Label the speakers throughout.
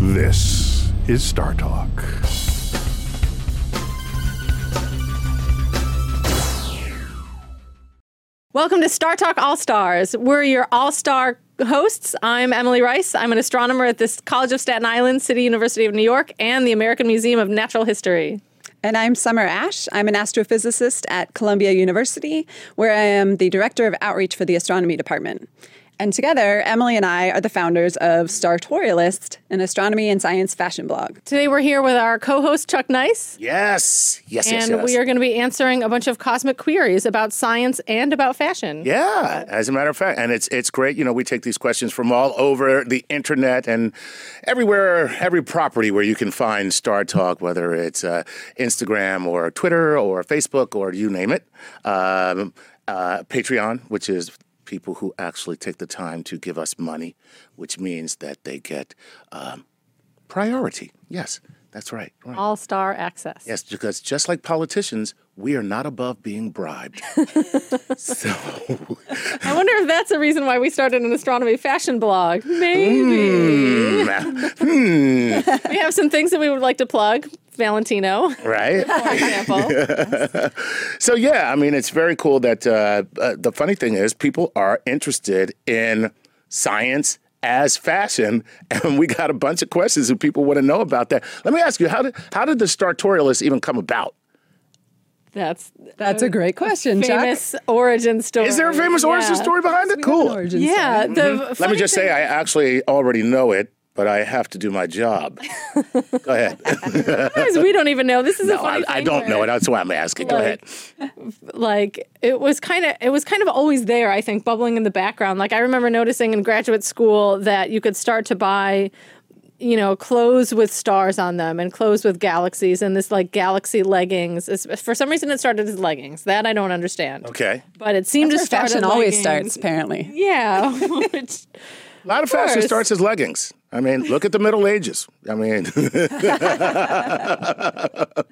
Speaker 1: This is Star Talk.
Speaker 2: Welcome to Star Talk All Stars. We're your all star hosts. I'm Emily Rice. I'm an astronomer at the College of Staten Island, City University of New York, and the American Museum of Natural History.
Speaker 3: And I'm Summer Ash. I'm an astrophysicist at Columbia University, where I am the director of outreach for the astronomy department. And together, Emily and I are the founders of Startorialist, an astronomy and science fashion blog.
Speaker 2: Today we're here with our co host, Chuck Nice,
Speaker 4: Yes. Yes, yes,
Speaker 2: and
Speaker 4: yes.
Speaker 2: we are going to be answering a bunch of cosmic queries about science and about fashion.
Speaker 4: yeah, as a matter of fact, and it's it's great. You know, we take these questions from all over the internet and everywhere, every property where you can find Star Talk, whether it's uh, Instagram or Twitter or Facebook or you name it. Um, uh, Patreon, which is people who actually take the time to give us money, which means that they get um, priority. Yes, that's right. right.
Speaker 2: All star access.
Speaker 4: Yes, because just like politicians, we are not above being bribed. so,
Speaker 2: I wonder if that's the reason why we started an astronomy fashion blog. Maybe.
Speaker 4: Mm.
Speaker 2: We have some things that we would like to plug. Valentino, for
Speaker 4: right?
Speaker 2: example.
Speaker 4: So, yeah, I mean, it's very cool that uh, uh, the funny thing is, people are interested in science as fashion, and we got a bunch of questions that people want to know about that. Let me ask you, how did, how did the Startorialist even come about?
Speaker 2: That's
Speaker 3: That's a great question,
Speaker 2: famous origin story.
Speaker 4: Is there a famous
Speaker 2: Uh, Yeah.
Speaker 4: origin story behind it? Cool.
Speaker 3: Origin
Speaker 2: Yeah. The
Speaker 4: Let me
Speaker 2: funny
Speaker 4: just say, I actually already know it, but I have to do my job. Go ahead.
Speaker 2: thing is we don't even know. This is a
Speaker 4: No, I,
Speaker 2: funny
Speaker 4: I
Speaker 2: thing
Speaker 4: don't
Speaker 2: where,
Speaker 4: know it. That's why I'm asking. Go ahead.
Speaker 2: Like, like it was kind of it was kind of always there. I think bubbling in the background. Like I remember noticing in graduate school that you could start to buy. You know, clothes with stars on them and clothes with galaxies and this like galaxy leggings. It's, for some reason, it started as leggings. That I don't understand.
Speaker 4: Okay.
Speaker 2: But it seemed to start
Speaker 3: Fashion
Speaker 2: as
Speaker 3: always
Speaker 2: leggings.
Speaker 3: starts, apparently.
Speaker 2: Yeah. which-
Speaker 4: A lot of fashion
Speaker 2: course.
Speaker 4: starts as leggings. I mean, look at the Middle Ages. I mean,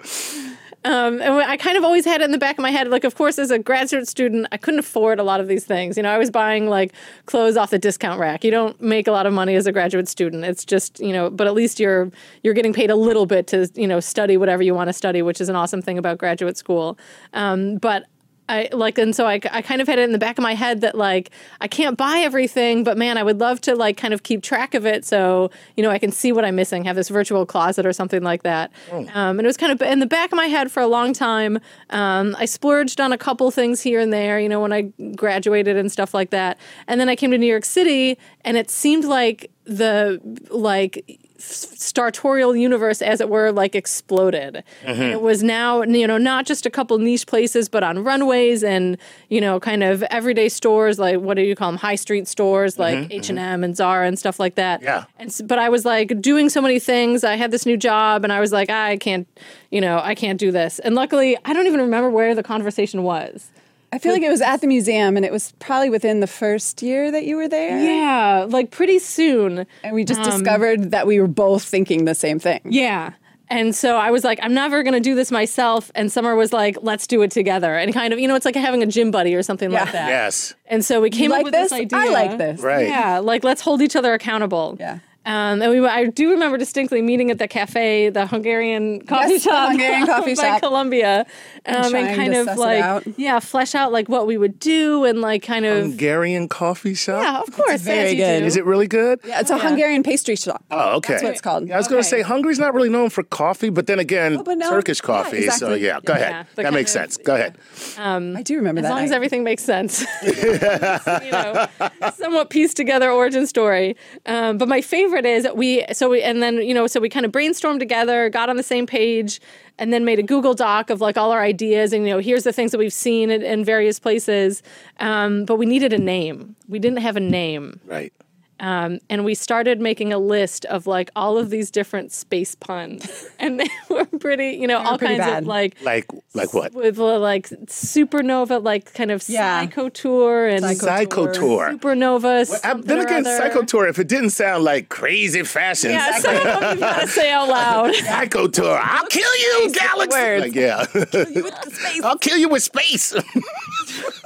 Speaker 2: and I kind of always had it in the back of my head. Like, of course, as a graduate student, I couldn't afford a lot of these things. You know, I was buying like clothes off the discount rack. You don't make a lot of money as a graduate student. It's just you know, but at least you're you're getting paid a little bit to you know study whatever you want to study, which is an awesome thing about graduate school. Um, but I like, and so I, I kind of had it in the back of my head that like I can't buy everything, but man, I would love to like kind of keep track of it so you know I can see what I'm missing, have this virtual closet or something like that. Um, and it was kind of in the back of my head for a long time. Um, I splurged on a couple things here and there, you know, when I graduated and stuff like that. And then I came to New York City, and it seemed like the like startorial universe, as it were, like exploded. And it was now, you know, not just a couple niche places, but on runways and you know, kind of everyday stores, like what do you call them, high street stores, like H and M and Zara and stuff like that.
Speaker 4: Yeah.
Speaker 2: And s- but I was like doing so many things. I had this new job, and I was like, I can't, you know, I can't do this. And luckily, I don't even remember where the conversation was.
Speaker 3: I feel like it was at the museum, and it was probably within the first year that you were there.
Speaker 2: Yeah, like pretty soon.
Speaker 3: And we just discovered that we were both thinking the same thing.
Speaker 2: Yeah. And so I was like, I'm never going to do this myself. And Summer was like, let's do it together. And kind of, you know, it's like having a gym buddy or something like
Speaker 3: Yeah.
Speaker 2: that.
Speaker 4: yes,
Speaker 2: And so we came up
Speaker 3: like
Speaker 2: with
Speaker 3: this?
Speaker 2: this idea.
Speaker 3: I like this.
Speaker 4: right.
Speaker 2: Yeah, like let's hold each other accountable.
Speaker 3: Yeah.
Speaker 2: Um, and we, I do remember distinctly meeting at the cafe, the Hungarian coffee
Speaker 3: Yes, the
Speaker 2: shop,
Speaker 3: Hungarian coffee
Speaker 2: by
Speaker 3: shop.
Speaker 2: Colombia, um,
Speaker 3: trying
Speaker 2: and
Speaker 3: to
Speaker 2: kind of
Speaker 3: suss it
Speaker 2: like
Speaker 3: out.
Speaker 2: yeah, flesh out like what we would do and like kind of
Speaker 4: Hungarian coffee shop?
Speaker 2: yeah, of course,
Speaker 3: very
Speaker 2: as you
Speaker 3: good.
Speaker 2: do.
Speaker 4: Is it really good? Yeah.
Speaker 3: It's a Hungarian pastry shop.
Speaker 4: Oh, okay.
Speaker 3: That's what it's called.
Speaker 4: Yeah, I was going to
Speaker 2: Okay.
Speaker 4: say Hungary's not really known for coffee, but then again,
Speaker 3: but no.
Speaker 4: Turkish
Speaker 3: Yeah,
Speaker 4: coffee. So
Speaker 3: exactly.
Speaker 4: yeah, go
Speaker 2: Yeah,
Speaker 4: ahead.
Speaker 2: the
Speaker 4: that
Speaker 2: kind
Speaker 4: makes
Speaker 2: of-
Speaker 4: sense. Go ahead.
Speaker 3: I do remember
Speaker 2: As
Speaker 3: that.
Speaker 2: long as
Speaker 3: night.
Speaker 2: everything makes sense. you know, somewhat pieced together origin story. Um, but my favorite is we, so we, and then, you know, so we kind of brainstormed together, got on the same page, and then made a Google Doc of like all our ideas and, you know, here's the things that we've seen in, in various places. Um, but we needed a name. We didn't have a name.
Speaker 4: Right.
Speaker 2: Um, and we started making a list of like all of these different space puns, and they were pretty, you know, all
Speaker 3: pretty
Speaker 2: kinds
Speaker 3: bad.
Speaker 2: of like
Speaker 4: Like like what?
Speaker 2: with uh, like supernova, like kind of
Speaker 3: Yeah.
Speaker 2: psychotour and
Speaker 4: Psychotour.
Speaker 2: supernova.
Speaker 4: Uh,
Speaker 2: something
Speaker 4: Then
Speaker 2: or
Speaker 4: again,
Speaker 2: other.
Speaker 4: Psychotour, if it didn't sound like crazy fashion,
Speaker 2: Yeah, some of them you gotta say out loud.
Speaker 4: Psychotour, I'll kill you, galaxy.
Speaker 2: words.
Speaker 4: Like, yeah. I'll kill you with space.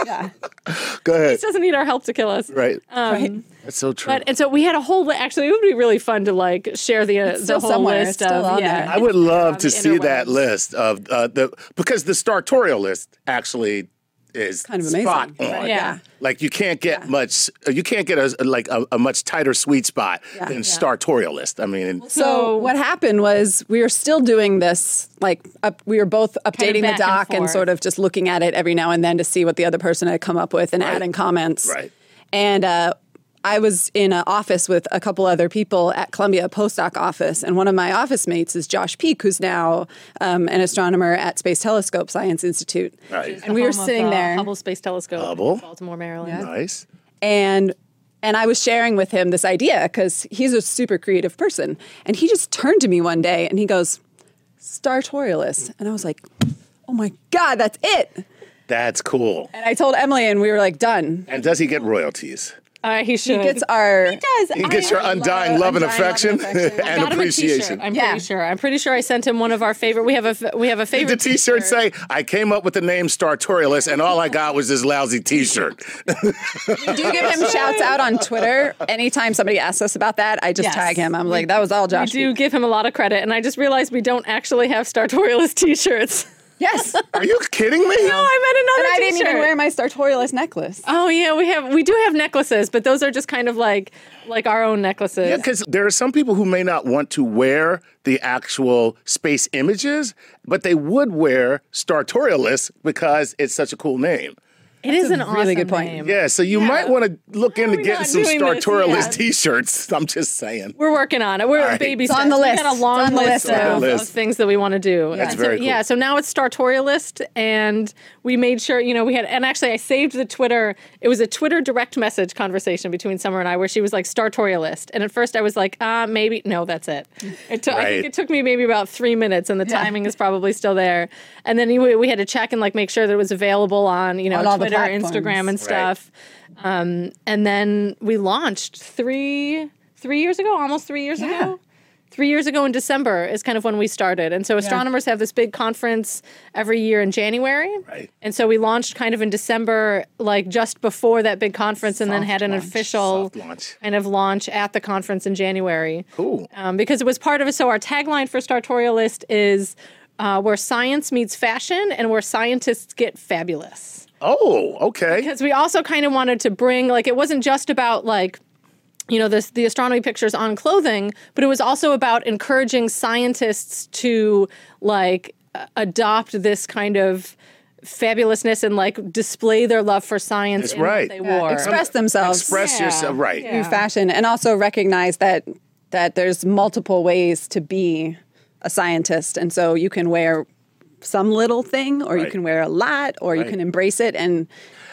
Speaker 3: Yeah.
Speaker 4: Go ahead.
Speaker 2: This doesn't need our help to kill us.
Speaker 4: Right.
Speaker 3: right.
Speaker 4: That's so true.
Speaker 2: But and so we had a whole. li- Actually, it would be really fun to like share the uh, the
Speaker 3: still
Speaker 2: whole
Speaker 3: somewhere. It's
Speaker 2: list
Speaker 3: still
Speaker 2: of
Speaker 3: on
Speaker 2: yeah.
Speaker 3: there.
Speaker 4: I would love to
Speaker 2: the
Speaker 4: see that
Speaker 2: interwebs.
Speaker 4: list of uh, the because the Startorial list actually is
Speaker 3: Kind of amazing.
Speaker 4: spot on.
Speaker 3: Right,
Speaker 2: yeah.
Speaker 4: Like you can't get much, you can't get a like a, a much tighter sweet spot than Startorialist. I mean,
Speaker 3: So what happened was we were still doing this, like up, we were both
Speaker 2: back
Speaker 3: updating the
Speaker 2: and
Speaker 3: doc and,
Speaker 2: forth.
Speaker 3: sort of just looking at it every now and then to see what the other person had come up with and adding comments.
Speaker 4: Right.
Speaker 3: And uh, I was in an office with a couple other people at Columbia postdoc office, and one of my office mates is Josh Peak, who's now um, an astronomer at Space Telescope Science Institute.
Speaker 4: Right.
Speaker 3: And we were
Speaker 2: home of
Speaker 3: sitting
Speaker 2: the
Speaker 3: there.
Speaker 2: Hubble Space Telescope, in
Speaker 4: Hubble?
Speaker 2: Baltimore, Maryland.
Speaker 4: nice.
Speaker 3: and and I was sharing with him this idea because he's a super creative person, and he just turned to me one day and he goes, "Startorialist," and I was like, "Oh my god, that's it!"
Speaker 4: That's cool.
Speaker 3: And I told Emily, and we were like, "Done."
Speaker 4: And does he get royalties?
Speaker 2: All right, Uh, he should.
Speaker 3: He gets our
Speaker 2: does.
Speaker 4: He gets your undying love,
Speaker 3: undying love
Speaker 4: and affection
Speaker 3: and affection. I
Speaker 4: and
Speaker 2: got him a T-shirt.
Speaker 4: appreciation.
Speaker 2: I'm
Speaker 3: Yeah.
Speaker 2: pretty sure. I'm pretty sure I sent him one of our favorite. We have a f- we have a
Speaker 4: Did the
Speaker 2: favorite.
Speaker 4: T-shirt say, "I came up with the name Startorialist, and all I got was this lousy T-shirt"?
Speaker 3: we do give him shouts out on Twitter anytime somebody asks us about that. I just
Speaker 2: Yes.
Speaker 3: tag him. I'm like, "That was all
Speaker 2: I
Speaker 3: Josh."
Speaker 2: do
Speaker 3: Peak."
Speaker 2: give him a lot of credit, and I just realized we don't actually have Startorialist T-shirts.
Speaker 3: Yes, and
Speaker 4: Are you kidding me?
Speaker 2: No, I meant another
Speaker 3: I
Speaker 2: T-shirt.
Speaker 3: didn't even wear my Startorialist necklace.
Speaker 2: Oh yeah, we have we do have necklaces, but those are just kind of like like our own necklaces.
Speaker 4: Yeah, because there are some people who may not want to wear the actual space images, but they would wear Startorialist because it's such a cool name.
Speaker 2: it is an
Speaker 3: really
Speaker 2: awesome
Speaker 3: good point.
Speaker 2: name.
Speaker 4: Yeah, so you might want to look into
Speaker 2: we
Speaker 4: getting
Speaker 2: not
Speaker 4: some
Speaker 2: doing this
Speaker 4: Startorialist
Speaker 2: yet?
Speaker 4: T-shirts. I'm just saying.
Speaker 2: We're working on it. We're
Speaker 4: right.
Speaker 2: baby
Speaker 3: It's on
Speaker 2: steps.
Speaker 3: the
Speaker 2: We
Speaker 3: list.
Speaker 2: got a
Speaker 3: It's
Speaker 2: long
Speaker 3: on the
Speaker 2: list,
Speaker 3: list
Speaker 2: of,
Speaker 4: now.
Speaker 2: of things that we want to do.
Speaker 4: That's
Speaker 2: And so,
Speaker 4: very cool.
Speaker 2: Yeah, so now it's Startorialist, and we made sure you know we had. And actually, I saved the Twitter. It was a Twitter direct message conversation between Summer and I, where she was like Startorialist, and at first I was like, uh, maybe no, that's it. It took. I
Speaker 4: Right.
Speaker 2: think it took me maybe about three minutes, and the timing is probably still there. And then we, we had to check and like make sure that it was available on you know
Speaker 3: On all the
Speaker 2: Twitter,
Speaker 3: platforms.
Speaker 2: Instagram, and
Speaker 4: Right.
Speaker 2: stuff Um, and then we launched three three years ago almost three years
Speaker 3: Yeah.
Speaker 2: ago three years ago in december is kind of when we started and so astronomers have this big conference every year in january
Speaker 4: Right.
Speaker 2: and so we launched kind of in december like just before that big conference and then
Speaker 3: Soft
Speaker 2: had an
Speaker 3: launch.
Speaker 2: official
Speaker 4: Soft launch.
Speaker 2: kind of launch at the conference in january
Speaker 4: Cool.
Speaker 2: um, because it was part of it so our tagline for startorialist is uh, where science meets fashion and where scientists get fabulous
Speaker 4: Oh, okay.
Speaker 2: because we also kind of wanted to bring like it wasn't just about like you know this, the astronomy pictures on clothing but it was also about encouraging scientists to like a- adopt this kind of fabulousness and like display their love for science
Speaker 4: That's
Speaker 2: in what
Speaker 4: right.
Speaker 2: they
Speaker 4: Yeah,
Speaker 2: wore
Speaker 3: Express themselves.
Speaker 4: Express
Speaker 2: Yeah.
Speaker 4: yourself. Right.
Speaker 2: Yeah.
Speaker 3: new fashion and also recognize that that there's multiple ways to be a scientist and so you can wear some little thing or you
Speaker 4: Right.
Speaker 3: can wear a lot or you
Speaker 4: Right.
Speaker 3: can embrace it and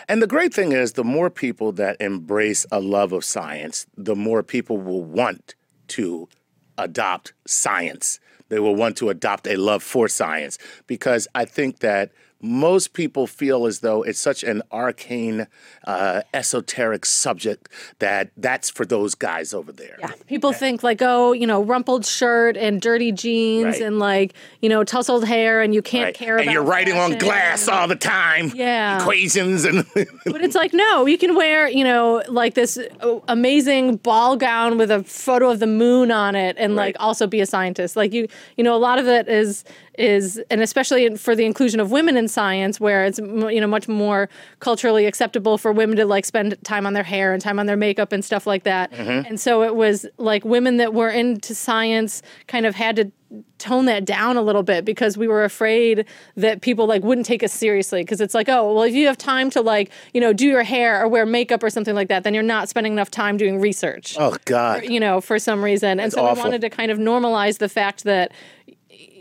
Speaker 4: And the great thing is, the more people that embrace a love of science, the more people will want to adopt science. They will want to adopt a love for science because I think that most people feel as though it's such an arcane, uh, esoteric subject that that's for those guys over there. Yeah.
Speaker 2: People think like, oh, you know, rumpled shirt and dirty jeans
Speaker 4: Right.
Speaker 2: and like, you know, tousled hair, and you can't
Speaker 4: Right?
Speaker 2: care.
Speaker 4: And
Speaker 2: about
Speaker 4: you're writing on
Speaker 2: fashion.
Speaker 4: glass all the time.
Speaker 2: Yeah.
Speaker 4: Equations and
Speaker 2: But it's like, no, you can wear, you know, like this uh, amazing ball gown with a photo of the moon on it and
Speaker 4: Right.
Speaker 2: like also be a scientist. Like you, you know, a lot of it is is and especially in- for the inclusion of women in science where it's m- you know much more culturally acceptable for women to like spend time on their hair and time on their makeup and stuff like that. And so it was like women that were into science kind of had to tone that down a little bit because we were afraid that people like wouldn't take us seriously because it's like oh well if you have time to like you know do your hair or wear makeup or something like that then you're not spending enough time doing research
Speaker 4: oh god,
Speaker 2: you know for some reason and so
Speaker 4: awful.
Speaker 2: we wanted to kind of normalize the fact that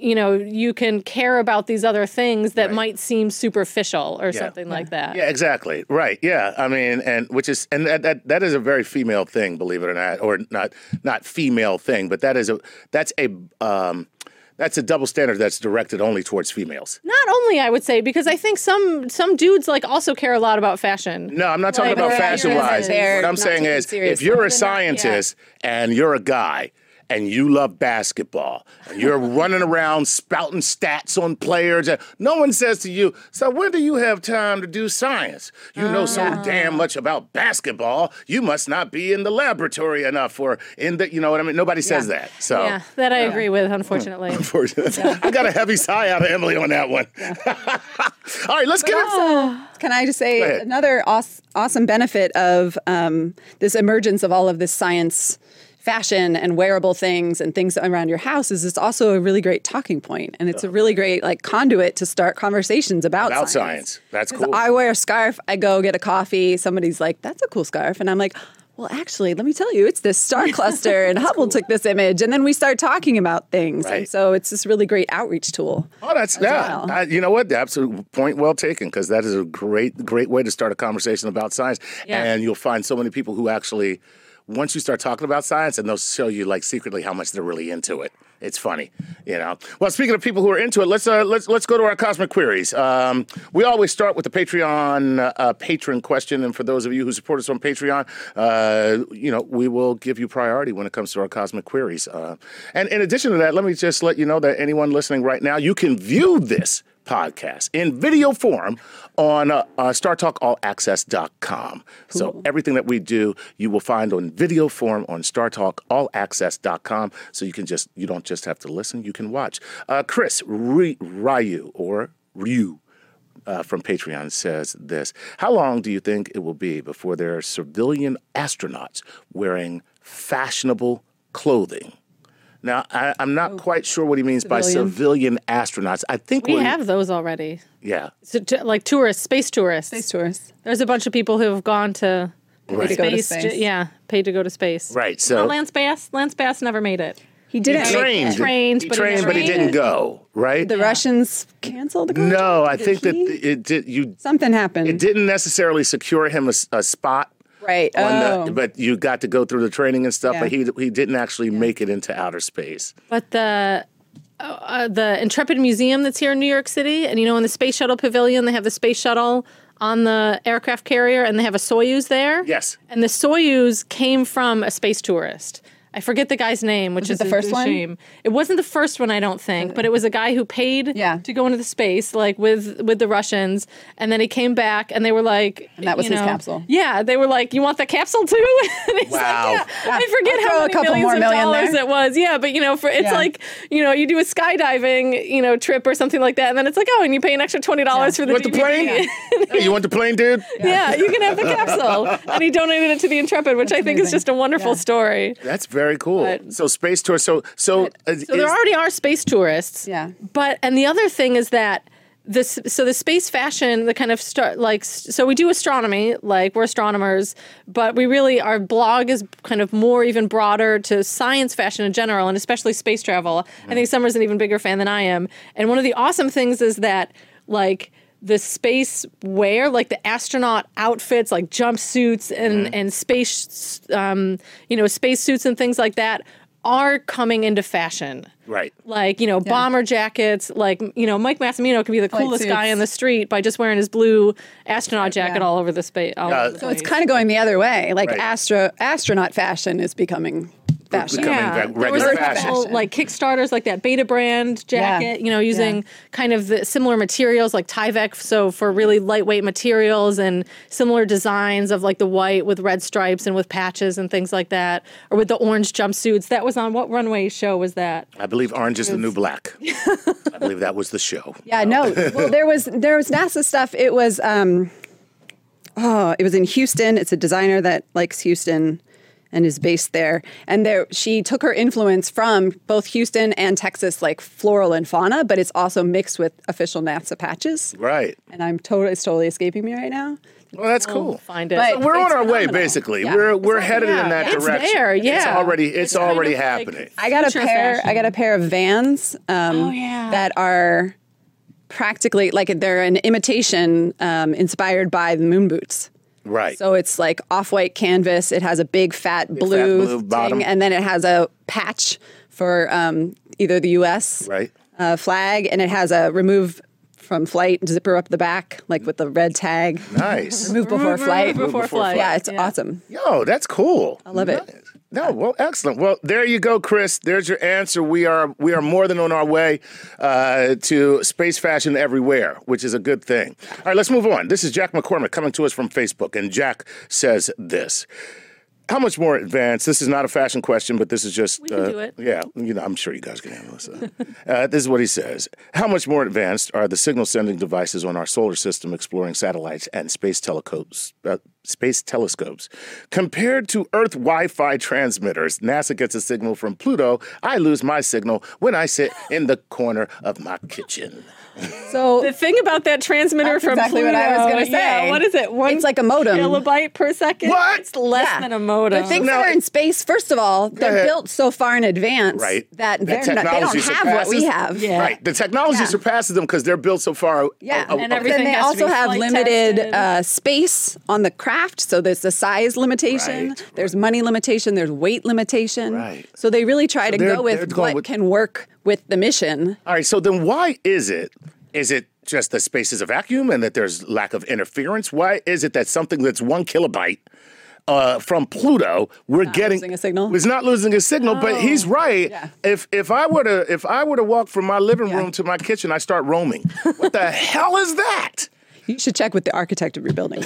Speaker 2: you know, you can care about these other things that
Speaker 4: Right.
Speaker 2: might seem superficial or something like that.
Speaker 4: Yeah, exactly. Right. Yeah. I mean, and which is and that, that that is a very female thing, believe it or not, or not not female thing, but that is a that's a um that's a double standard that's directed only towards females.
Speaker 2: Not only I would say because I think some some dudes like also care a lot about fashion.
Speaker 4: No, I'm not talking
Speaker 2: Like,
Speaker 4: about
Speaker 2: they're-
Speaker 4: fashion wise.
Speaker 3: they're
Speaker 4: What I'm
Speaker 3: not
Speaker 4: saying
Speaker 3: taken
Speaker 4: is, if
Speaker 3: seriously.
Speaker 4: you're a scientist and you're a guy and you love basketball and you're running around spouting stats on players, and no one says to you, "So when do you have time to do science? You know so damn much about basketball. You must not be in the laboratory enough, or in the, you know what I mean." Nobody says that. So.
Speaker 2: Yeah, that I agree with, unfortunately.
Speaker 4: I got a heavy sigh out of Emily on that one. All right, let's get it.
Speaker 3: Can I just
Speaker 4: Go
Speaker 3: say
Speaker 4: ahead.
Speaker 3: another aus- awesome benefit of um, this emergence of all of this science, fashion, and wearable things and things around your house is it's also a really great talking point, and it's a really great like conduit to start conversations about
Speaker 4: Oh. About
Speaker 3: science.
Speaker 4: science. That's
Speaker 3: 'Cause
Speaker 4: cool.
Speaker 3: I wear a scarf. I go get a coffee. Somebody's like, "That's a cool scarf," and I'm like. Well, actually, let me tell you, it's this star cluster, and Hubble took this image, and then we start talking about things. And
Speaker 4: Right.
Speaker 3: so it's this really great outreach tool.
Speaker 4: Oh, that's yeah.
Speaker 3: well.
Speaker 4: I- you know what? The absolute point well taken because that is a great, great way to start a conversation about science.
Speaker 2: Yeah.
Speaker 4: And you'll find so many people who actually, once you start talking about science, and they'll show you like secretly how much they're really into it. It's funny, you know. Well, speaking of people who are into it, let's uh, let's let's go to our cosmic queries. Um, we always start with the Patreon uh, uh, patron question, and for those of you who support us on Patreon, uh, you know we will give you priority when it comes to our cosmic queries. Uh, and in addition to that, let me just let you know that anyone listening right now, you can view this podcast in video form on uh, uh, startalkallaccess.com. So everything that we do, you will find on video form on startalkallaccess.com. So you can just, you don't just have to listen, you can watch. Uh, Chris Ri- Ryu or Ryu. Uh, from Patreon says this How long do you think it will be before there are civilian astronauts wearing fashionable clothing? Now, I, I'm not quite sure what he means by
Speaker 3: Civilian.
Speaker 4: civilian astronauts. I think
Speaker 2: Oh. We
Speaker 4: what he-
Speaker 2: have those already.
Speaker 4: yeah.
Speaker 2: So, t- like tourists, space tourists.
Speaker 3: Space tourists.
Speaker 2: There's a bunch of people who have gone to
Speaker 3: Way to go to
Speaker 2: space.
Speaker 3: space.
Speaker 2: j- yeah, paid to go to space.
Speaker 4: Right, so-
Speaker 2: Not Lance Bass. Lance Bass never made it.
Speaker 3: He didn't make
Speaker 4: Trained.
Speaker 3: it.
Speaker 2: Trained,
Speaker 4: he
Speaker 2: but he
Speaker 4: trained,
Speaker 2: never
Speaker 4: but he
Speaker 2: made
Speaker 4: didn't
Speaker 2: it.
Speaker 4: go, right?
Speaker 3: The Russians canceled the contract?
Speaker 4: no, I think that
Speaker 3: he?
Speaker 4: it did you
Speaker 3: something happened.
Speaker 4: it didn't necessarily secure him a, s- a spot.
Speaker 3: Right.
Speaker 4: on
Speaker 3: Oh.
Speaker 4: the, but you got to go through the training and stuff,
Speaker 3: Yeah.
Speaker 4: but he he didn't actually make it into outer space.
Speaker 2: But the uh, the Intrepid Museum that's here in New York City, and you know, in the space shuttle pavilion, they have the space shuttle on the aircraft carrier, and they have a Soyuz there.
Speaker 4: Yes.
Speaker 2: And the Soyuz came from a space tourist. I forget the guy's name, which is
Speaker 3: it the
Speaker 2: a-
Speaker 3: first
Speaker 2: a
Speaker 3: one? Uh,
Speaker 2: Shame. It wasn't the first one, I don't think, but it was a guy who paid
Speaker 3: Yeah.
Speaker 2: to go into the space, like with with the Russians, and then he came back, and they were like,
Speaker 3: And that was
Speaker 2: you
Speaker 3: his
Speaker 2: know-
Speaker 3: capsule.
Speaker 2: Yeah, they were like, "You want the capsule too?" and he's
Speaker 4: Wow.
Speaker 2: like, yeah. I forget
Speaker 3: I'll
Speaker 2: how
Speaker 3: throw a
Speaker 2: many
Speaker 3: couple
Speaker 2: millions
Speaker 3: more
Speaker 2: of
Speaker 3: million
Speaker 2: dollars
Speaker 3: there.
Speaker 2: it was. Yeah, but you know, for it's
Speaker 3: Yeah.
Speaker 2: like you know, you do a skydiving you know trip or something like that, and then it's like, oh, and you pay an extra twenty dollars for the
Speaker 4: You want the
Speaker 2: DVD.
Speaker 4: plane? Hey, you want the plane, dude?
Speaker 2: Yeah, you can have the capsule. And he donated it to the Intrepid, which I think is
Speaker 3: amazing.
Speaker 2: just a wonderful story.
Speaker 4: That's very cool. so space tour. So so, uh,
Speaker 2: So there
Speaker 4: is-
Speaker 2: already are space tourists.
Speaker 3: Yeah.
Speaker 2: But and the other thing is that this so the space fashion the kind of start like s- so we do astronomy like we're astronomers but we really our blog is kind of more even broader to science fashion in general and especially space travel i think summer's an even bigger fan than i am and one of the awesome things is that like the space wear, like the astronaut outfits, like jumpsuits and and space, um, you know, spacesuits and things like that, are coming into fashion.
Speaker 4: right.
Speaker 2: Like you know, bomber jackets. Like you know, Mike Massimino can be the
Speaker 3: Flight
Speaker 2: coolest
Speaker 3: suits.
Speaker 2: guy on the street by just wearing his blue astronaut jacket
Speaker 3: Yeah.
Speaker 2: all over the space. All over the
Speaker 3: So it's
Speaker 2: place.
Speaker 3: kind of going the other way. Like
Speaker 4: Right.
Speaker 3: astro astronaut fashion is becoming fashion.
Speaker 4: Becoming
Speaker 2: yeah,
Speaker 4: back
Speaker 2: there was
Speaker 4: regular
Speaker 2: a couple
Speaker 3: fashion.
Speaker 2: like Kickstarters, like that Beta brand jacket. You know, using
Speaker 3: Yeah.
Speaker 2: kind of the similar materials like Tyvek, so for really lightweight materials and similar designs of like the white with red stripes and with patches and things like that, or with the orange jumpsuits. That was on what runway show was that?
Speaker 4: I believe Orange is the New Black. I believe that was the show.
Speaker 3: Yeah, no. Well, there was there was NASA stuff. It was um oh, it was in Houston. It's a designer that likes Houston and is based there. And there she took her influence from both Houston and Texas like floral and fauna, but it's also mixed with official NASA patches.
Speaker 4: Right.
Speaker 3: And I'm totally it's totally escaping me right now.
Speaker 4: Well, that's cool.
Speaker 2: Find it.
Speaker 3: But-
Speaker 4: We're on
Speaker 2: It's
Speaker 4: our way,
Speaker 2: phenomenal.
Speaker 4: basically.
Speaker 3: Yeah.
Speaker 4: We're we're headed
Speaker 2: yeah,
Speaker 4: in that
Speaker 2: it's
Speaker 4: direction.
Speaker 2: there,
Speaker 4: it's
Speaker 2: yeah.
Speaker 4: already it's,
Speaker 2: It's kind of
Speaker 4: already
Speaker 2: like-
Speaker 4: happening.
Speaker 3: I got a
Speaker 5: Future
Speaker 3: pair.
Speaker 5: fashion.
Speaker 3: I got a pair of Vans um, that are practically like they're an imitation um, inspired by the moon boots.
Speaker 4: right.
Speaker 3: So it's like off-white canvas. It has a big fat blue,
Speaker 4: blue
Speaker 3: thing,
Speaker 4: bottom.
Speaker 3: and then it has a patch for um, either the U.S.
Speaker 4: Right.
Speaker 3: Uh, flag, and it has a remove from flight zipper up the back, like with the red tag.
Speaker 4: nice.
Speaker 3: Remove before flight.
Speaker 2: before flight.
Speaker 3: Yeah, it's awesome.
Speaker 4: Yo, that's cool. I
Speaker 3: love it.
Speaker 4: No, well, excellent. Well, there you go, Chris. There's your answer. We are we are more than on our way uh, to space fashion everywhere, which is a good thing. All right, let's move on. This is Jack McCormick coming to us from Facebook, and Jack says this. How much more advanced? This is not a fashion question, but this is just. We
Speaker 2: can do it.
Speaker 4: Yeah, you know, I'm sure you guys can handle this. uh, uh, this is what he says. How much more advanced are the signal sending devices on our solar system exploring satellites and space telescopes? Uh, space telescopes compared to Earth Wi-Fi transmitters. NASA gets a signal from Pluto. I lose my signal when I sit in the corner of my kitchen.
Speaker 3: So
Speaker 5: The thing about that transmitter
Speaker 3: That's
Speaker 5: from
Speaker 3: exactly
Speaker 5: Pluto,
Speaker 3: what I was gonna
Speaker 5: yeah,
Speaker 3: say.
Speaker 5: what is it? One
Speaker 3: It's like a modem.
Speaker 5: kilobyte per second.
Speaker 4: What?
Speaker 5: It's less
Speaker 3: Yeah.
Speaker 5: than a modem.
Speaker 3: The things
Speaker 4: No,
Speaker 3: that are
Speaker 4: it-
Speaker 3: in space, first of all, they're
Speaker 4: ahead.
Speaker 3: built so far in advance
Speaker 4: Right.
Speaker 3: that
Speaker 4: The
Speaker 3: they're not, they
Speaker 4: technology
Speaker 3: don't have what we
Speaker 4: surpasses-
Speaker 3: have.
Speaker 4: Right. Oh, The technology
Speaker 3: Yeah.
Speaker 4: surpasses them because they're built so far.
Speaker 3: Yeah,
Speaker 4: a- a-
Speaker 5: And
Speaker 4: a-
Speaker 5: everything
Speaker 3: Then they
Speaker 5: has to
Speaker 3: also
Speaker 5: be
Speaker 3: have
Speaker 5: flight
Speaker 3: limited
Speaker 5: tested.
Speaker 3: uh, space on the craft, so there's the size limitation.
Speaker 4: Right,
Speaker 3: There's money limitation. There's weight limitation.
Speaker 4: Right.
Speaker 3: So they really try to
Speaker 4: they're-
Speaker 3: go
Speaker 4: they're
Speaker 3: with
Speaker 4: going
Speaker 3: what
Speaker 4: with-
Speaker 3: can work with the mission.
Speaker 4: All right. So then, why is it? Is it just that space is a vacuum and that there's lack of interference? Why is it that something that's one kilobyte uh, from Pluto, we're getting
Speaker 3: losing a signal? Oh,
Speaker 4: It's not losing a signal, but he's right. If if I were to if I were to walk from my living
Speaker 3: Yeah.
Speaker 4: room to my kitchen, I start roaming. what the hell is that?
Speaker 3: You should check with the architect of your building.
Speaker 2: I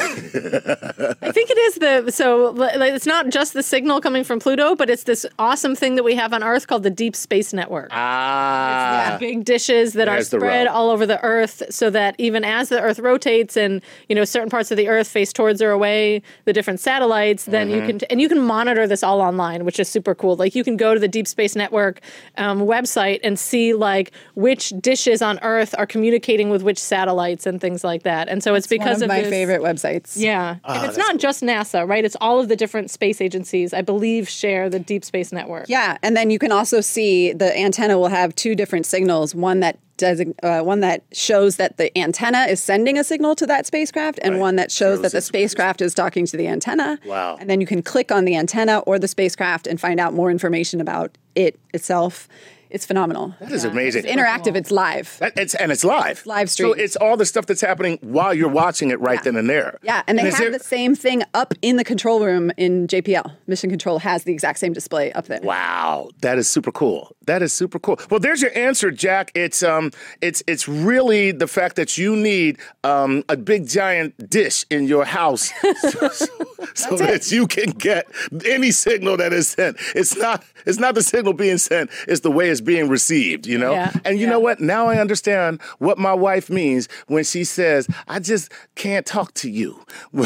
Speaker 2: think it is the so li- like, it's not just the signal coming from Pluto, but it's this awesome thing that we have on Earth called the Deep Space Network.
Speaker 4: Ah,
Speaker 2: big dishes that are
Speaker 4: There's the
Speaker 2: spread
Speaker 4: rub.
Speaker 2: all over the earth so that even as the earth rotates and you know certain parts of the earth face towards or away the different satellites then you can and you can monitor this all online which is super cool like you can go to the deep space network um, website and see like which dishes on earth are communicating with which satellites and things like that and so it's because
Speaker 3: One of my
Speaker 2: this-
Speaker 3: favorite websites.
Speaker 2: yeah, and it's not just NASA, right? It's all of the different space agencies, I believe, share the Deep Space Network.
Speaker 3: Yeah, and then you can also see the antenna will have two different signals. One that design, uh, one that shows that the antenna is sending a signal to that spacecraft, and one that shows that the spacecraft is talking to the antenna.
Speaker 4: Wow.
Speaker 3: And then you can click on the antenna or the spacecraft and find out more information about it itself. It's phenomenal.
Speaker 4: that is amazing.
Speaker 3: It's interactive. It's live.
Speaker 4: That- It's and it's live.
Speaker 3: live
Speaker 4: So
Speaker 3: stream.
Speaker 4: it's all the stuff that's happening while you're watching it right then and there.
Speaker 3: Yeah, and they
Speaker 4: is
Speaker 3: have
Speaker 4: there-
Speaker 3: the same thing up in the control room in JPL. Mission Control has the exact same display up there.
Speaker 4: Wow, that is super cool. That is super cool. Well, there's your answer, Jack. It's um, it's it's really the fact that you need um a big giant dish in your house so, so- so that you can get any signal that is sent. It's not it's not the signal being sent; it's the way it's being received. You know.
Speaker 2: Yeah.
Speaker 4: And you know what? Now I understand what my wife means when she says, "I just can't talk to you."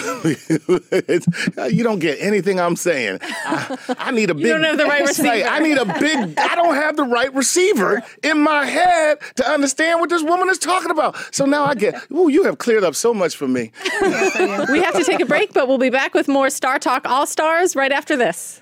Speaker 4: It's- uh, you don't get anything I'm saying. I, I need a big.
Speaker 2: don't have the right
Speaker 4: It's like,
Speaker 2: receiver.
Speaker 4: I need a big. I don't have the right receiver in my head to understand what this woman is talking about. So now I get. Ooh, you have cleared up so much for me.
Speaker 2: we have to take a break, but we'll be back with more Star Talk All Stars right after this.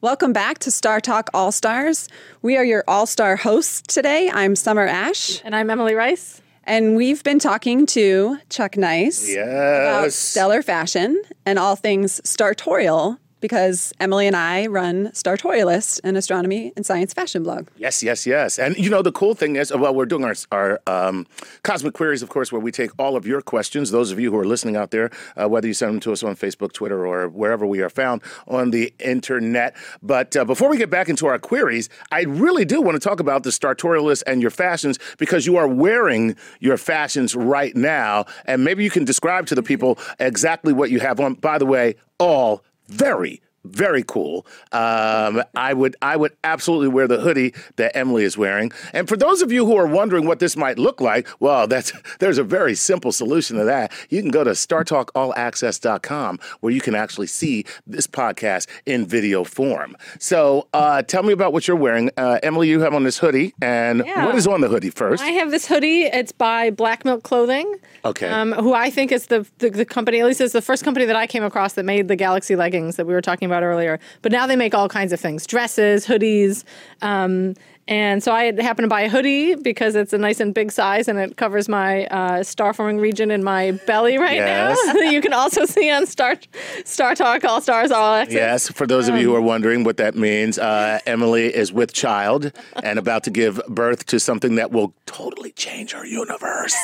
Speaker 3: Welcome back to Star Talk All Stars. We are your all star hosts today. I'm Summer Ash,
Speaker 2: And I'm Emily Rice.
Speaker 3: and we've been talking to Chuck Nice about
Speaker 4: Yes.
Speaker 3: stellar fashion and all things sartorial because Emily and I run Sartorialist, an astronomy and science fashion blog.
Speaker 4: Yes, yes, yes. And you know, the cool thing is, well, we're doing our, our um, Cosmic Queries, of course, where we take all of your questions, those of you who are listening out there, uh, whether you send them to us on Facebook, Twitter, or wherever we are found on the internet. But uh, before we get back into our queries, I really do want to talk about the Sartorialist and your fashions because you are wearing your fashions right now. And maybe you can describe to the people exactly what you have on. By the way, all very very cool. Um, I would I would absolutely wear the hoodie that Emily is wearing. And for those of you who are wondering what this might look like, well, that's there's a very simple solution to that. You can go to startalkallaccess.com where you can actually see this podcast in video form. So uh, tell me about what you're wearing, uh, Emily. You have on this hoodie, and
Speaker 2: Yeah.
Speaker 4: what is on the hoodie first?
Speaker 2: I have this hoodie. It's by Black Milk Clothing.
Speaker 4: Okay.
Speaker 2: Um, who I think is the, the the company, at least it's the first company that I came across that made the Galaxy leggings that we were talking about earlier. But now they make all kinds of things dresses, hoodies. Um, and so I had happened to buy a hoodie because it's a nice and big size and it covers my uh, star forming region in my belly right now.
Speaker 4: Yes.
Speaker 2: that you can also see on Star, Star Talk All Stars All Access.
Speaker 4: Yes, for those of you who are wondering what that means, uh, Emily is with child and about to give birth to something that will totally change her universe.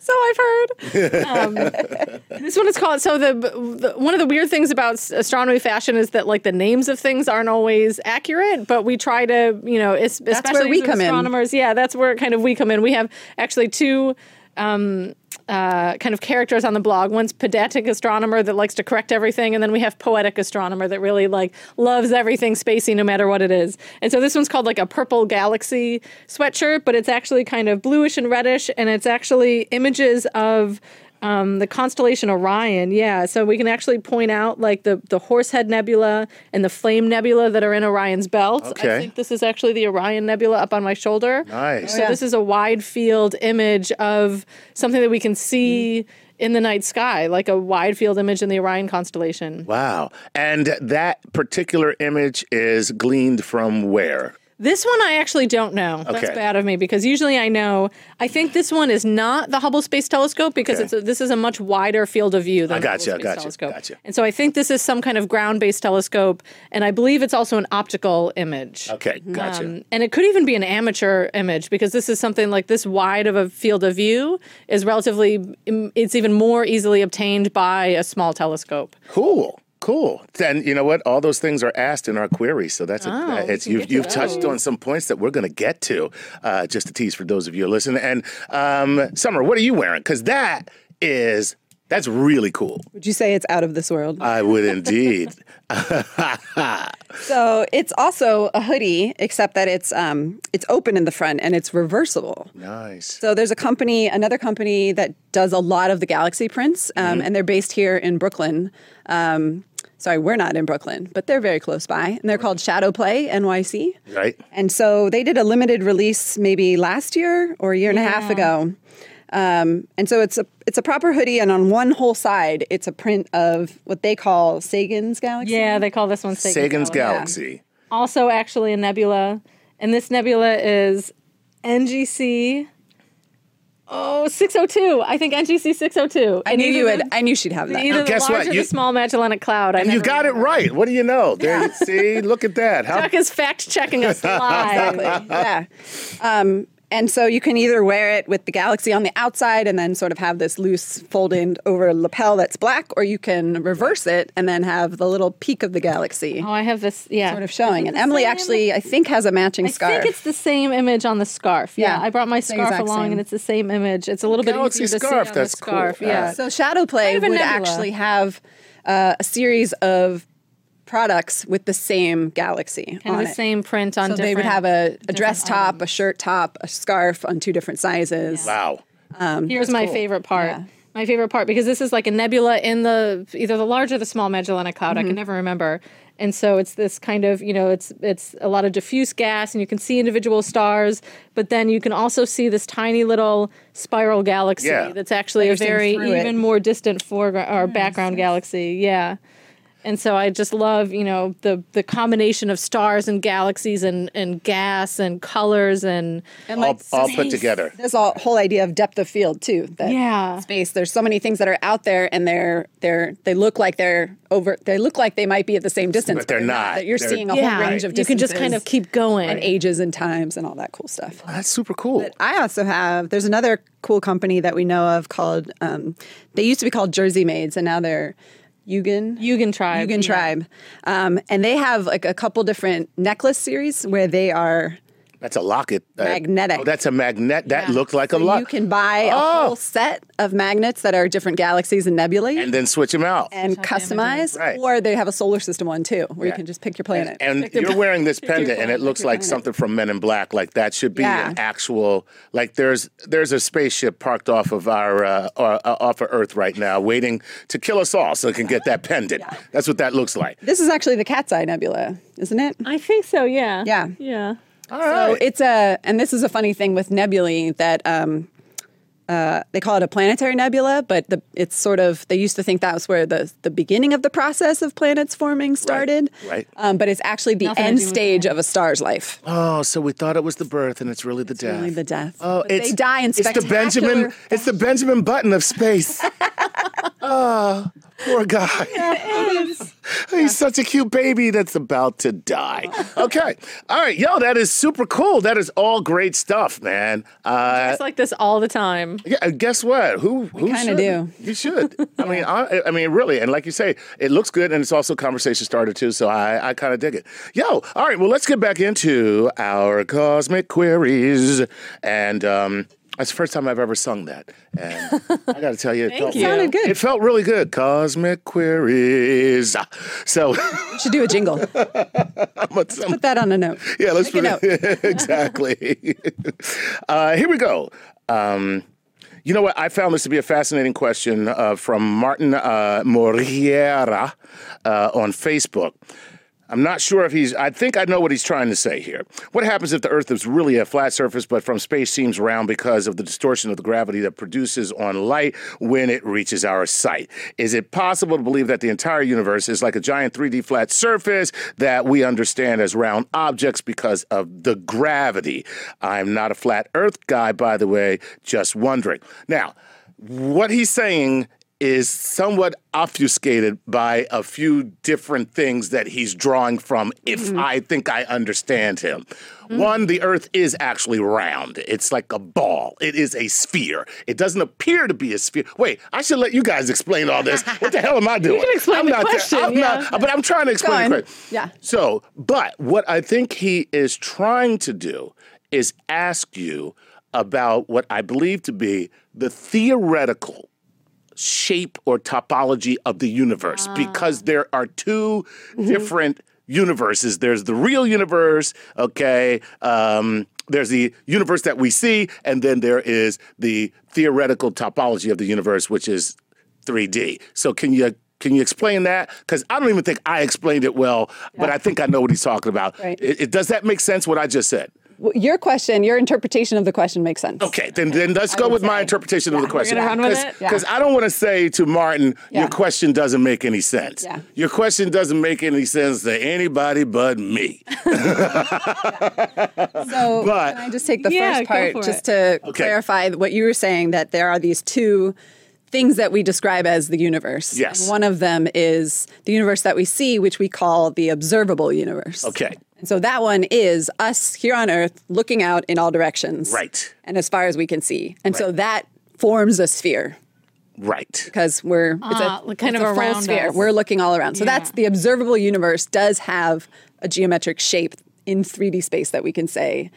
Speaker 2: so I've heard. Um, this one is called. So the, the one of the weird things about s- astronomy fashion is that like the names of things aren't always accurate, but we try to you know es- especially
Speaker 3: where we
Speaker 2: as
Speaker 3: come in.
Speaker 2: astronomers. Yeah, that's where kind of we come in. We have actually two. Um, uh, kind of characters on the blog. One's pedantic astronomer that likes to correct everything, and then we have poetic astronomer that really like loves everything spacey no matter what it is. And so this one's called like a purple galaxy sweatshirt, but it's actually kind of bluish and reddish, and it's actually images of um, the constellation Orion. Yeah, so we can actually point out like the the Horsehead Nebula and the Flame Nebula that are in Orion's belt.
Speaker 4: Okay.
Speaker 2: I think this is actually the Orion Nebula up on my shoulder.
Speaker 4: Nice.
Speaker 2: So this is a wide field image of something that we can see in the night sky, like a wide field image in the Orion constellation.
Speaker 4: Wow. And that particular image is gleaned from where?
Speaker 2: This one I actually don't know.
Speaker 4: Okay.
Speaker 2: That's bad of me because usually I know. I think this one is not the Hubble Space Telescope because
Speaker 4: Okay.
Speaker 2: it's a, this is a much wider field of view than
Speaker 4: I
Speaker 2: the
Speaker 4: gotcha,
Speaker 2: Hubble Space
Speaker 4: gotcha,
Speaker 2: Telescope.
Speaker 4: gotcha.
Speaker 2: And so I think this is some kind of ground-based telescope, and I believe it's also an optical image.
Speaker 4: Okay, gotcha.
Speaker 2: Um, and it could even be an amateur image because this is something like this wide of a field of view is relatively, it's even more easily obtained by a small telescope.
Speaker 4: cool. Cool. Then you know what? All those things are asked in our query, so that's a, that- it's you've, you've touched on some points that we're going to get to. Uh, just a tease for those of you who listen. And um, Summer, what are you wearing? Because that is that's really cool.
Speaker 3: Would you say it's out of this world?
Speaker 4: I would indeed.
Speaker 3: So it's also a hoodie, except that it's um, it's open in the front and it's reversible.
Speaker 4: nice.
Speaker 3: So there's a company, another
Speaker 4: Mm-hmm.
Speaker 3: company that does a lot of the galaxy prints, um, and they're based here in Brooklyn. Um, sorry, we're not in Brooklyn, but they're very close by, and they're called Shadow Play NYC.
Speaker 4: Right.
Speaker 3: And so they did a limited release maybe last year or a year and a half ago. Um, and so it's a it's a proper hoodie, and on one whole side, it's a print of what they call Sagan's Galaxy.
Speaker 2: Yeah, they call this one Sagan's,
Speaker 4: Sagan's
Speaker 2: Galaxy.
Speaker 4: Galaxy.
Speaker 2: Also, actually, a nebula, and this nebula is NGC. Oh, 602. I think NGC 602.
Speaker 3: I knew you would. I knew she'd have that.
Speaker 2: Either
Speaker 4: Guess
Speaker 2: the large
Speaker 4: what?
Speaker 2: or
Speaker 4: You-
Speaker 2: the small Magellanic Cloud. I
Speaker 4: You got it right. What do you know? There, you- see, look at that. How
Speaker 2: Chuck is fact checking us live.
Speaker 3: Exactly. yeah. Um, and so you can either wear it with the galaxy on the outside and then sort of have this loose fold in over lapel that's black, or you can reverse it and then have the little peak of the galaxy
Speaker 2: Oh, I have this. Yeah,
Speaker 3: sort of showing. And Emily actually, I think, has a matching
Speaker 2: I
Speaker 3: scarf.
Speaker 2: think it's the same image on the scarf. Yeah,
Speaker 3: Yeah,
Speaker 2: I brought my
Speaker 3: it's the
Speaker 2: scarf
Speaker 3: exact
Speaker 2: along,
Speaker 3: same.
Speaker 2: and it's the same image. It's a little bit
Speaker 4: Galaxy
Speaker 2: easier to see
Speaker 4: scarf,
Speaker 2: on
Speaker 4: that's
Speaker 2: the scarf.
Speaker 4: cool.
Speaker 2: Yeah,
Speaker 3: so Shadow Play
Speaker 2: Kind of a
Speaker 3: would
Speaker 2: nebula.
Speaker 3: actually have uh, a series of products with the same galaxy
Speaker 2: kind
Speaker 3: on
Speaker 2: of the
Speaker 3: it.
Speaker 2: same print on.
Speaker 3: so they would
Speaker 2: different-
Speaker 3: have a, a dress top, a shirt top, a scarf on two different sizes.
Speaker 4: wow.
Speaker 2: Here's my favorite part. My favorite part because this is like a nebula in the either the large or the small Magellanic Cloud.
Speaker 3: Mm-hmm.
Speaker 2: I can never remember. And so it's this kind of you know it's it's a lot of diffuse gas, and you can see individual stars, but then you can also see this tiny little spiral galaxy
Speaker 4: Yeah.
Speaker 2: that's actually a
Speaker 3: Racing
Speaker 2: very
Speaker 3: through it. Hmm,
Speaker 2: even more distant foreground or background galaxy. Yeah. And so I just love, you know, the the combination of stars and galaxies and, and gas and colors and
Speaker 3: And
Speaker 4: All,
Speaker 3: like
Speaker 4: all put together.
Speaker 3: there's a whole idea of depth of field too. That
Speaker 2: Yeah.
Speaker 3: space. There's so many things that are out there, and they're they're they look like they're over. They look like they might be at the same distance,
Speaker 4: But they're not.
Speaker 3: That you're
Speaker 4: They're-
Speaker 3: seeing a
Speaker 2: yeah,
Speaker 3: whole range of
Speaker 2: you can
Speaker 3: distances
Speaker 2: just kind of keep going.
Speaker 3: and ages and times and all that cool stuff.
Speaker 4: That's super cool.
Speaker 3: I also have. There's another cool company that we know of called. Um, they used to be called Jersey Maids, and now they're Eugen.
Speaker 2: Yugen tribe.
Speaker 3: Yugen
Speaker 2: yeah.
Speaker 3: tribe, um, and they have like a couple different necklace series where they are
Speaker 4: That's a locket. uh,
Speaker 3: Magnetic.
Speaker 4: oh, that's a magnet. That looked like a Oh.
Speaker 3: So
Speaker 4: locket.
Speaker 3: You can buy a whole set of magnets that are different galaxies and nebulae
Speaker 4: and
Speaker 3: and,
Speaker 4: then switch them out.
Speaker 3: customize,
Speaker 4: Right.
Speaker 3: or they have a solar system one too, where
Speaker 4: Yeah.
Speaker 3: you can just pick your planet.
Speaker 4: And you're wearing this pendant, and it looks like something from Men in Black. Like that should be
Speaker 3: Yeah.
Speaker 4: an actual. Like there's there's a spaceship parked off of our uh, uh, uh, off of Earth right now, waiting to kill us all, so it can get that pendant. That's what that looks like.
Speaker 3: this is actually the Cat's Eye Nebula, isn't it?
Speaker 2: I think so, yeah.
Speaker 3: Yeah.
Speaker 2: Yeah.
Speaker 4: All
Speaker 3: So
Speaker 4: right.
Speaker 3: it's a, and this is a funny thing with nebulae that um, uh, they call it a planetary nebula, but the, it's sort of they used to think that was where the the beginning of the process of planets forming started.
Speaker 4: right.
Speaker 3: Um, but it's actually the
Speaker 2: Nothing to
Speaker 3: end
Speaker 2: do with
Speaker 3: stage of a star's life.
Speaker 4: oh, so we thought it was the birth, and it's really the death.
Speaker 3: Only the death.
Speaker 4: Oh,
Speaker 3: But
Speaker 4: it's
Speaker 3: they die in
Speaker 4: it's the Benjamin.
Speaker 3: spectacular-
Speaker 4: It's the Benjamin Button of space. oh, poor guy. He's such a cute baby that's about to die. Okay, all right, yo, that is super cool. That is all great stuff, man. Uh,
Speaker 2: It's like this all the time.
Speaker 4: yeah, and guess what? Who who
Speaker 3: kinda
Speaker 4: shouldn't? You should. I mean, I, I mean, really, and like you say, it looks good, and it's also a conversation starter too. So I, I kind of dig it. Yo, all right, well, let's get back into our cosmic queries, and um, that's the first time I've ever sung that, and I got to tell you, it felt,
Speaker 2: you. Sounded
Speaker 3: good.
Speaker 4: It felt really good. Cosmic queries. So
Speaker 3: Should do a jingle. Put that on a note.
Speaker 4: yeah, let's
Speaker 3: Make a
Speaker 4: put it exactly. uh, here we go. Um, you know what? I found this to be a fascinating question uh, from Martin uh, Moriera uh, on Facebook. I'm not sure if he's, I think I know what he's trying to say here. What happens if the Earth is really a flat surface, but from space seems round because of the distortion of the gravity that produces on light when it reaches our sight? Is it possible to believe that the entire universe is like a giant 3D flat surface that we understand as round objects because of the gravity? I'm not a flat Earth guy, by the way, just wondering. Now, what he's saying is somewhat obfuscated by a few different things that he's drawing from, if I think I understand him. One, the earth is actually round. It's like a ball, it is a sphere. It doesn't appear to be a sphere. Wait, I should let you guys explain all this. What the hell am I doing? You
Speaker 2: can explain
Speaker 4: I'm
Speaker 2: the
Speaker 4: not
Speaker 2: question,
Speaker 4: I'm not, but I'm trying to explain
Speaker 3: Go
Speaker 4: the
Speaker 3: on.
Speaker 4: question.
Speaker 3: Yeah.
Speaker 4: So, but what I think he is trying to do is ask you about what I believe to be the theoretical shape or topology of the universe because there are 2 different universes. There's the real universe, okay? Um, there's the universe that we see, and then there is the theoretical topology of the universe, which is 3D. So, can you Can you explain that? Because I don't even think I explained it well, but I think I know what he's talking about.
Speaker 3: Right.
Speaker 4: It, it- does that make sense? What I just said?
Speaker 3: W- Your question, your interpretation of the question makes sense.
Speaker 4: Okay, then then let's go
Speaker 3: would
Speaker 4: with my
Speaker 3: say-
Speaker 4: interpretation of the question.
Speaker 5: gonna run with it? Yeah.
Speaker 4: Because I don't want to say to Martin, your
Speaker 3: Yeah.
Speaker 4: question doesn't make any sense.
Speaker 3: Yeah.
Speaker 4: Your question doesn't make any sense to anybody but me.
Speaker 3: So
Speaker 4: But-
Speaker 3: can I just take the
Speaker 5: Yeah,
Speaker 3: first
Speaker 5: go
Speaker 3: part
Speaker 5: for
Speaker 3: just to
Speaker 4: Okay.
Speaker 3: clarify what you were saying that there are these two things that we describe as the universe.
Speaker 4: Yes.
Speaker 3: And one of them is the universe that we see, which we call the observable universe.
Speaker 4: Okay.
Speaker 3: And so that one is us here on Earth looking out in all directions.
Speaker 4: Right.
Speaker 3: And as far as we can see. And so that forms a sphere
Speaker 4: right.
Speaker 3: because we're
Speaker 2: Ah,
Speaker 3: it's a,
Speaker 2: kind
Speaker 3: it's
Speaker 2: of
Speaker 3: a full
Speaker 2: around
Speaker 3: sphere.
Speaker 2: us.
Speaker 3: We're looking all around. So that's the observable universe does have a geometric shape in 3D space that we can say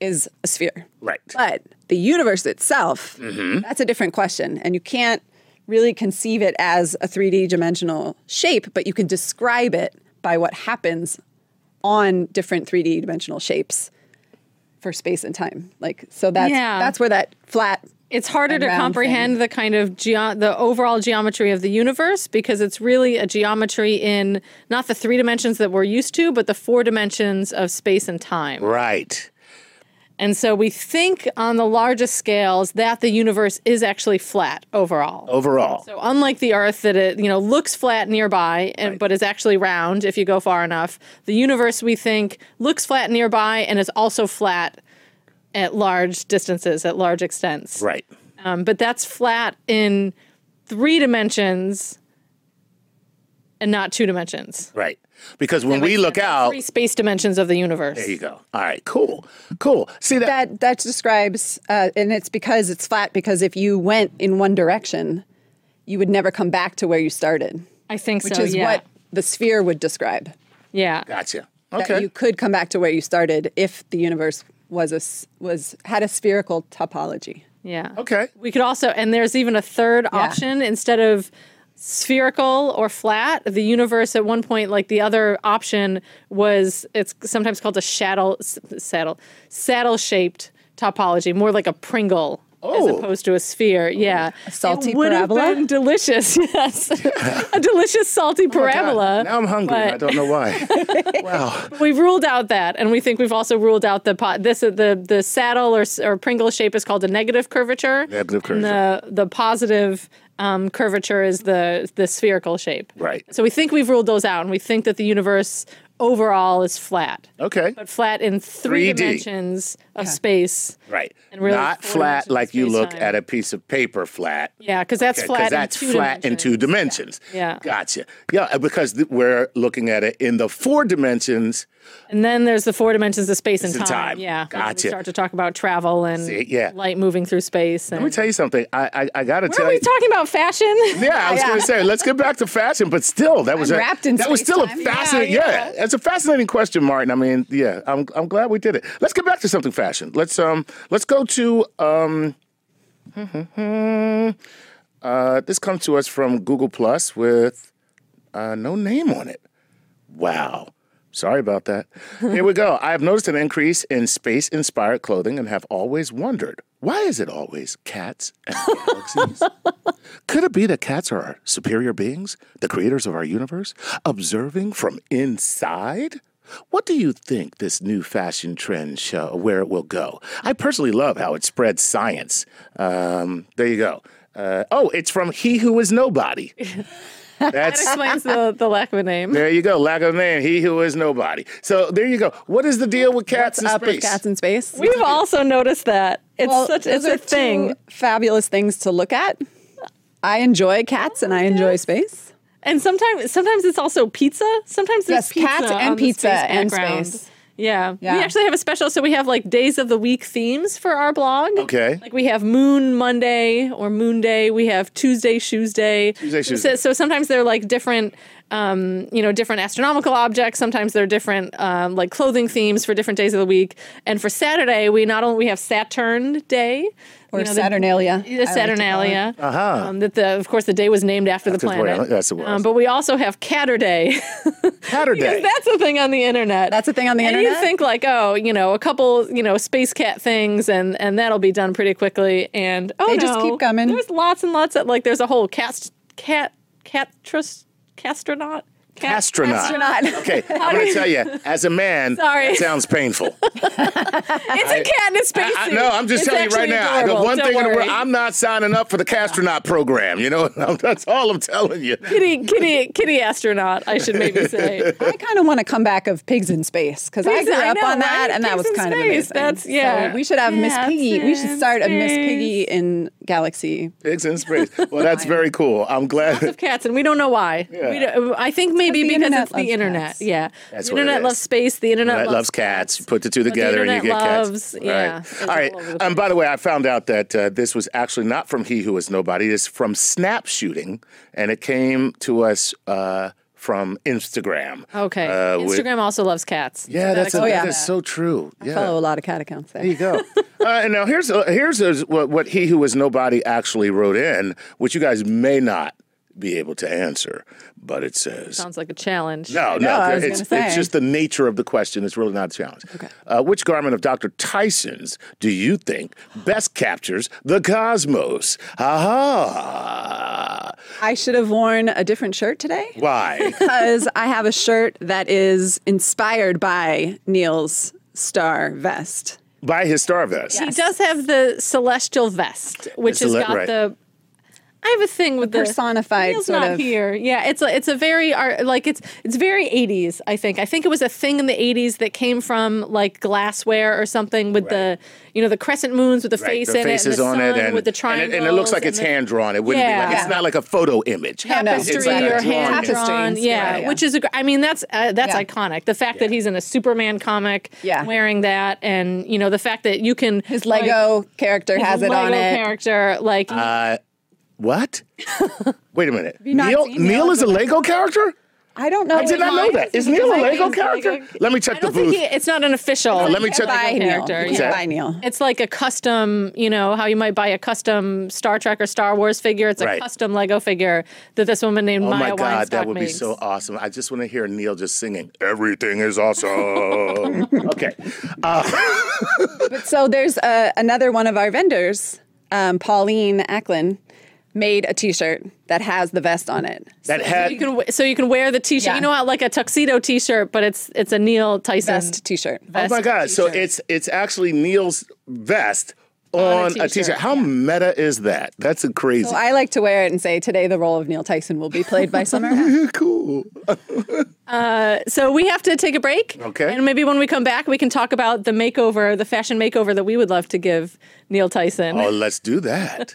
Speaker 3: is a sphere.
Speaker 4: Right.
Speaker 3: But the universe itself, that's a different question. And you can't really conceive it as a 3D dimensional shape, but you can describe it by what happens on different 3D dimensional shapes for space and time. Like so that's
Speaker 2: Yeah.
Speaker 3: that's where that flat
Speaker 2: it's harder to
Speaker 3: round
Speaker 2: comprehend the kind of geo- the overall geometry of the universe because it's really a geometry in not the three dimensions that we're used to, but the four dimensions of space and time.
Speaker 4: Right.
Speaker 2: And so we think on the largest scales that the universe is actually flat overall.
Speaker 4: Overall.
Speaker 2: So unlike the Earth that it you know looks flat nearby and but is actually round if you go far enough, the universe we think looks flat nearby and is also flat at large distances, at large extents.
Speaker 4: right.
Speaker 2: Um, but that's flat in three dimensions and not two dimensions.
Speaker 4: Right. Because when we look out,
Speaker 2: Three space dimensions of the universe.
Speaker 4: there you go. All right. Cool. Cool. See that?
Speaker 3: that that describes uh, and it's because it's flat because if you went in one direction you would never come back to where you started
Speaker 2: I think
Speaker 3: which
Speaker 2: so.
Speaker 3: is
Speaker 2: yeah.
Speaker 3: what the sphere would describe
Speaker 2: yeah.
Speaker 4: gotcha.
Speaker 3: that
Speaker 4: Okay.
Speaker 3: you could come back to where you started if the universe was a s- was had a spherical topology
Speaker 2: Yeah.
Speaker 4: okay.
Speaker 2: We could also, and there's even a third option instead of spherical or flat. The universe at one point, like the other option was, it's sometimes called a saddle, s- saddle, saddle shaped topology, more like a Pringle.
Speaker 4: Oh.
Speaker 2: As opposed to a sphere, yeah, a
Speaker 3: salty
Speaker 2: it would have
Speaker 3: parabola?
Speaker 2: been delicious. Yes, a delicious salty parabola.
Speaker 4: Oh Now I'm hungry. and
Speaker 2: but-
Speaker 4: I don't know why. wow.
Speaker 2: We've ruled out that, and we think we've also ruled out the pot. This the the saddle or, or Pringle shape is called a negative curvature.
Speaker 4: Negative
Speaker 2: And the the positive um, curvature is the the spherical shape.
Speaker 4: Right.
Speaker 2: So we think we've ruled those out, and we think that the universe overall is flat,
Speaker 4: Okay.
Speaker 2: but flat in 3
Speaker 4: 3D.
Speaker 2: dimensions of space.
Speaker 4: Right.
Speaker 2: And really
Speaker 4: Not
Speaker 2: four
Speaker 4: flat
Speaker 2: dimensions
Speaker 4: like you look
Speaker 2: space-time.
Speaker 4: at a piece of paper flat.
Speaker 2: Yeah, because that's
Speaker 4: Okay,
Speaker 2: flat. in
Speaker 4: that's
Speaker 2: two
Speaker 4: flat
Speaker 2: dimensions.
Speaker 4: in two dimensions.
Speaker 2: Yeah. Yeah.
Speaker 4: Gotcha. Yeah, uh, because th- we're looking at it in the four dimensions.
Speaker 2: And then there's the four dimensions of space and
Speaker 4: Space
Speaker 2: time.
Speaker 4: and time.
Speaker 2: Yeah. and
Speaker 4: Gotcha.
Speaker 2: We start to talk about travel and
Speaker 4: See, yeah.
Speaker 2: light moving through space. And
Speaker 4: Let me tell you something. I I, I got
Speaker 2: Where
Speaker 4: to tell
Speaker 2: are we
Speaker 4: you.
Speaker 2: talking about fashion?
Speaker 4: yeah, I was going to say, let's get back to fashion, but still, that was
Speaker 3: I'm
Speaker 4: a,
Speaker 3: wrapped in
Speaker 4: that was still a
Speaker 3: space-time.
Speaker 4: fascinating. Yeah, it's a fascinating question, Martin. I mean, yeah, I'm I'm glad we did it. Let's get back to something fashion. Let's um let's go to um. Uh, this comes to us from Google Plus with uh, no name on it. Wow. Sorry about that. Here we go. I have noticed an increase in space inspired clothing and have always wondered why is it always cats and galaxies? Could it be that cats are our superior beings, the creators of our universe, observing from inside? What do you think this new fashion trend show where it will go? I personally love how it spreads science. Um, there you go. Uh, oh, it's from He Who Is Nobody. That's
Speaker 2: explains the, the lack of a name.
Speaker 4: there you go. Lack of name. He who is nobody. So there you go. What is the deal with cats in
Speaker 3: up
Speaker 4: space?
Speaker 3: with cats in space
Speaker 5: We've also noticed that it's
Speaker 3: Well,
Speaker 5: such it's
Speaker 3: those are
Speaker 5: a thing.
Speaker 3: two fabulous things to look at i enjoy cats and i enjoy space
Speaker 2: And sometimes sometimes it's also pizza. Sometimes
Speaker 3: Yes,
Speaker 2: there's pizza
Speaker 3: cats and
Speaker 2: on the
Speaker 3: pizza
Speaker 2: space
Speaker 3: and
Speaker 2: background.
Speaker 3: space.
Speaker 2: Yeah.
Speaker 3: Yeah.
Speaker 2: We actually have a special so we have like days of the week themes for our blog.
Speaker 4: Okay.
Speaker 2: Like we have Moon Monday or Moon Day, we have Tuesday Shoes Day.
Speaker 4: Tuesday Shoes
Speaker 2: So,
Speaker 4: Day.
Speaker 2: so sometimes they're like different um, you know, different astronomical objects. Sometimes they're different, um, like clothing themes for different days of the week. And for Saturday, we not only we have Saturn Day,
Speaker 3: or
Speaker 2: you know, the-
Speaker 3: saturnalia
Speaker 2: the
Speaker 3: I like to call it.
Speaker 2: Saturnalia. Um, that the, of course, the day was named after the
Speaker 4: Uh-huh. After the
Speaker 2: planet.
Speaker 4: planet, that's the word.
Speaker 2: Um, but we also have Catter Day.
Speaker 4: Saturday.
Speaker 2: That's a thing on the internet.
Speaker 3: That's a thing on the
Speaker 2: and
Speaker 3: internet?
Speaker 2: you think like, oh, you know, a couple, you know, space cat things, and and that'll be done pretty quickly. And oh
Speaker 3: They
Speaker 2: no,
Speaker 3: just keep coming.
Speaker 2: There's lots and lots of like, there's a whole cast cat cat trust Castronaut? Ca-
Speaker 4: Astronaut.
Speaker 3: Astronaut.
Speaker 4: Okay, I'm going to tell you, as a man,
Speaker 2: Sorry.
Speaker 4: it sounds painful.
Speaker 2: It's a cat in a
Speaker 4: I-
Speaker 2: spacesuit.
Speaker 4: I- no, I'm just
Speaker 2: It's
Speaker 4: telling you right
Speaker 2: actually
Speaker 4: now.
Speaker 2: adorable.
Speaker 4: The one
Speaker 2: Don't
Speaker 4: thing in the
Speaker 2: worry.
Speaker 4: world, I'm not signing up for the astronaut program. You know, that's all I'm telling you.
Speaker 2: kitty, kitty, kitty astronaut. I should maybe say.
Speaker 3: I kind of want to come back of pigs in space because I
Speaker 2: Pigs-
Speaker 3: grew
Speaker 2: I
Speaker 3: up
Speaker 2: know,
Speaker 3: on that,
Speaker 2: right?
Speaker 3: and that
Speaker 2: Pigs
Speaker 3: was
Speaker 2: in
Speaker 3: kind of
Speaker 2: space,
Speaker 3: amazing.
Speaker 2: that's- yeah.
Speaker 3: So we should have Miss
Speaker 2: Cats
Speaker 3: Piggy. We should
Speaker 2: in
Speaker 3: start a Miss
Speaker 2: space.
Speaker 3: Piggy in Galaxy.
Speaker 4: Pigs in space. Well, that's very cool. I'm glad.
Speaker 2: of cats, and we don't know why. We don't, I think maybe
Speaker 3: the
Speaker 2: because
Speaker 3: internet
Speaker 2: it's the
Speaker 3: loves
Speaker 2: internet.
Speaker 3: cats.
Speaker 2: Yeah,
Speaker 4: That's
Speaker 2: the
Speaker 4: what it
Speaker 2: internet
Speaker 4: is.
Speaker 2: loves space. The internet
Speaker 4: That
Speaker 2: loves,
Speaker 4: loves cats. Put the two together and you get
Speaker 2: internet
Speaker 4: cats.
Speaker 2: loves-
Speaker 4: All
Speaker 2: yeah,
Speaker 4: right.
Speaker 2: it's
Speaker 4: All
Speaker 2: all
Speaker 4: right.
Speaker 2: over the
Speaker 4: and by the way, I found out that uh, this was actually not from He Who Is Nobody. It's from Snap Shooting, and it came to us uh, from Instagram.
Speaker 2: Okay,
Speaker 4: Uh, with-
Speaker 2: Instagram also loves cats.
Speaker 4: yeah, that's a,
Speaker 3: Oh, yeah.
Speaker 4: that is so true. Yeah.
Speaker 3: Follow a lot of cat accounts there.
Speaker 4: There you go. uh, and now here's uh, here's uh what, what he who was nobody actually wrote in, which you guys may not be able to answer, but it says.
Speaker 2: Sounds like a challenge.
Speaker 4: No, no,
Speaker 3: I was
Speaker 4: it's,
Speaker 3: gonna
Speaker 4: it's
Speaker 3: say.
Speaker 4: just the nature of the question. It's really not a challenge. Okay. Uh, which garment of Dr. Tyson's do you think best captures the cosmos? Aha!
Speaker 3: I should have worn a different shirt today.
Speaker 4: Why?
Speaker 3: because I have a shirt that is inspired by Neil's star vest.
Speaker 4: By his star vest.
Speaker 2: He does have the celestial vest, which
Speaker 4: It's
Speaker 2: has
Speaker 4: cele-
Speaker 2: got
Speaker 4: right.
Speaker 2: the. I have a thing with the
Speaker 3: personified
Speaker 2: Neil's
Speaker 3: sort
Speaker 2: not
Speaker 3: of-
Speaker 2: here. Yeah, it's a, it's a very ar- like it's it's very 80s. I think I think it was a thing in the 80s that came from like glassware or something with the you know the crescent moons with the
Speaker 4: Right,
Speaker 2: face
Speaker 4: the
Speaker 2: in
Speaker 4: faces
Speaker 2: it and the
Speaker 4: on
Speaker 2: sun
Speaker 4: it, and,
Speaker 2: with the
Speaker 4: and,
Speaker 2: triangles
Speaker 4: it, and it looks like it's
Speaker 2: and the-
Speaker 4: hand drawn. It wouldn't be like
Speaker 2: Yeah.
Speaker 4: it's not like a photo image.
Speaker 3: no.
Speaker 2: tapestry
Speaker 4: It's like a
Speaker 2: or
Speaker 4: drawn
Speaker 2: hand
Speaker 4: image.
Speaker 2: drawn,
Speaker 3: Tapestries,
Speaker 2: yeah,
Speaker 3: yeah, yeah.
Speaker 2: which is a gr- I mean that's uh, that's
Speaker 3: Yeah.
Speaker 2: iconic. The fact that he's in a Superman comic,
Speaker 3: Yeah.
Speaker 2: wearing that, and you know the fact that you can
Speaker 3: His Lego character has it on it.
Speaker 2: character like
Speaker 4: Uh, What? Wait a minute.
Speaker 3: not
Speaker 4: Neil,
Speaker 3: seen
Speaker 4: Neil
Speaker 3: Neil
Speaker 4: is a Lego character?
Speaker 3: I don't know.
Speaker 4: I did not know that. Is Neil a Lego character? Let me check
Speaker 2: I
Speaker 4: the
Speaker 2: don't think
Speaker 4: booth.
Speaker 2: he, it's not an official.
Speaker 4: let me check.
Speaker 3: Buy
Speaker 2: Lego
Speaker 3: Neil.
Speaker 2: character,
Speaker 3: You can't
Speaker 4: yeah.
Speaker 3: buy Neil.
Speaker 2: It's like a custom, you know, how you might buy a custom Star Trek or Star Wars figure. It's a
Speaker 4: Right.
Speaker 2: custom Lego figure that this woman named
Speaker 4: Oh
Speaker 2: Maya
Speaker 4: my God, that
Speaker 2: Weinstock
Speaker 4: would be
Speaker 2: makes.
Speaker 4: so awesome. I just want to hear Neil just singing, Everything is awesome. okay.
Speaker 3: But so there's uh, another one of our vendors, um, Pauline Acklin, made a T-shirt that has the vest on it.
Speaker 4: That
Speaker 2: You
Speaker 4: had. oh
Speaker 2: can w- so you can wear the T-shirt.
Speaker 3: Yeah.
Speaker 2: You know how like a tuxedo T-shirt, but it's it's a Neil Tyson
Speaker 3: Vest T-shirt.
Speaker 4: Oh my God. So it's it's actually Neil's vest on, a t shirt. How meta is that? That's a crazy.
Speaker 3: So I like to wear it and say, "Today the role of Neil Tyson will be played by Summer."
Speaker 4: cool.
Speaker 2: So we have to take a break.
Speaker 4: Okay.
Speaker 2: And maybe when we come back, we can talk about the makeover, the fashion makeover that we would love to give Neil Tyson.
Speaker 4: Oh, let's do that.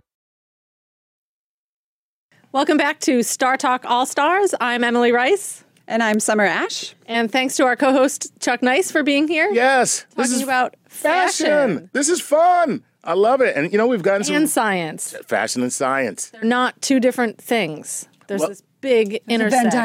Speaker 2: Welcome back to Star Talk All Stars. I'm Emily Rice.
Speaker 3: and I'm Summer Ash.
Speaker 2: And thanks to our co host, Chuck Nice, for being here.
Speaker 4: Yes.
Speaker 2: Talking
Speaker 4: this is
Speaker 2: about fashion,
Speaker 4: This is fun. I love it. And you know, we've gotten some
Speaker 2: and science.
Speaker 4: fashion and science.
Speaker 2: They're not two different things. There's
Speaker 4: Well-
Speaker 2: this big intersect.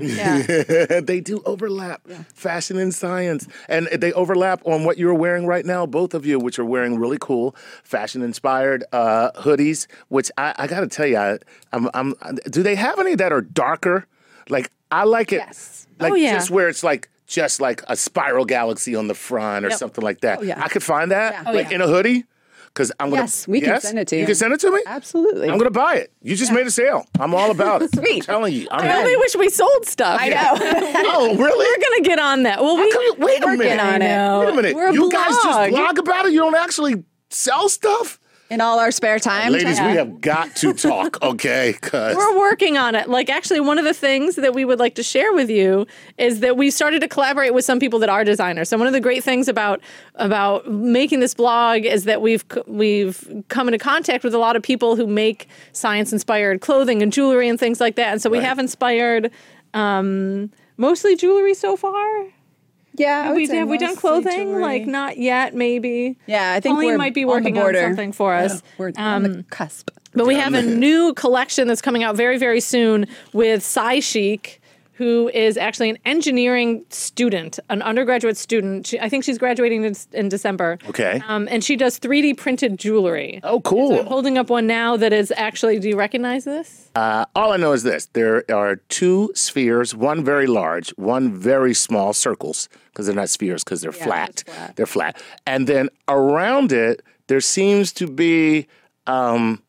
Speaker 2: Yeah.
Speaker 4: they do overlap. Fashion and science. And they overlap on what you're wearing right now, both of you, which are wearing really cool fashion inspired uh, hoodies, which I, I got to tell you, I, I'm, I'm, do they have any that are darker? Like, I like it.
Speaker 3: Yes.
Speaker 4: Like,
Speaker 2: Oh, yeah.
Speaker 4: just where it's like, just like a spiral galaxy on the front or something like that.
Speaker 3: yeah.
Speaker 4: I could find that
Speaker 3: Yeah. Oh,
Speaker 4: like
Speaker 3: yeah.
Speaker 4: in a hoodie. Because I'm gonna
Speaker 3: Yes, we can send it to
Speaker 4: You
Speaker 3: you.
Speaker 4: can send it to me.
Speaker 3: Absolutely.
Speaker 4: I'm gonna buy it. You just made a sale. I'm all about it. I'm
Speaker 3: Sweet.
Speaker 4: telling you. I'm
Speaker 2: I only wish we sold stuff.
Speaker 3: I know.
Speaker 4: Oh, really?
Speaker 2: We're going to get on that. Well, we,
Speaker 4: How come you- wait a
Speaker 3: working
Speaker 4: minute.
Speaker 3: on it.
Speaker 4: Wait a minute.
Speaker 2: We're a
Speaker 4: you guys just
Speaker 2: blog.
Speaker 4: blog about it? You don't actually sell stuff?
Speaker 3: In all our spare time,
Speaker 4: Ladies, we
Speaker 3: Yeah.
Speaker 4: have got to talk, okay? Because
Speaker 2: We're working on it. Like, actually, one of the things that we would like to share with you is that we started to collaborate with some people that are designers. So one of the great things about about making this blog is that we've c- we've come into contact with a lot of people who make science inspired clothing and jewelry and things like that. And so we have inspired um, mostly jewelry so far.
Speaker 3: Yeah, I
Speaker 2: Have
Speaker 3: would
Speaker 2: we,
Speaker 3: say
Speaker 2: have we done
Speaker 3: mostly
Speaker 2: clothing?
Speaker 3: jewelry.
Speaker 2: Like, not yet, maybe.
Speaker 3: Yeah, I think
Speaker 2: Colleen
Speaker 3: we're
Speaker 2: might be
Speaker 3: on the
Speaker 2: working on,
Speaker 3: border.
Speaker 2: something for us.
Speaker 3: We're on the cusp.
Speaker 2: But we have a new collection that's coming out very, very soon with Sai Sheik, who is actually an engineering student, an undergraduate student. She, I think she's graduating in, in December.
Speaker 4: Okay.
Speaker 2: Um, and she does 3D printed jewelry.
Speaker 4: Oh,
Speaker 2: So I'm
Speaker 4: cool.
Speaker 2: holding up one now that is actually, do you recognize this?
Speaker 4: Uh, all I know is this there are two spheres, one very large, one very small circles, because they're not spheres, because they're flat. They're flat. And then around it, there seems to be um,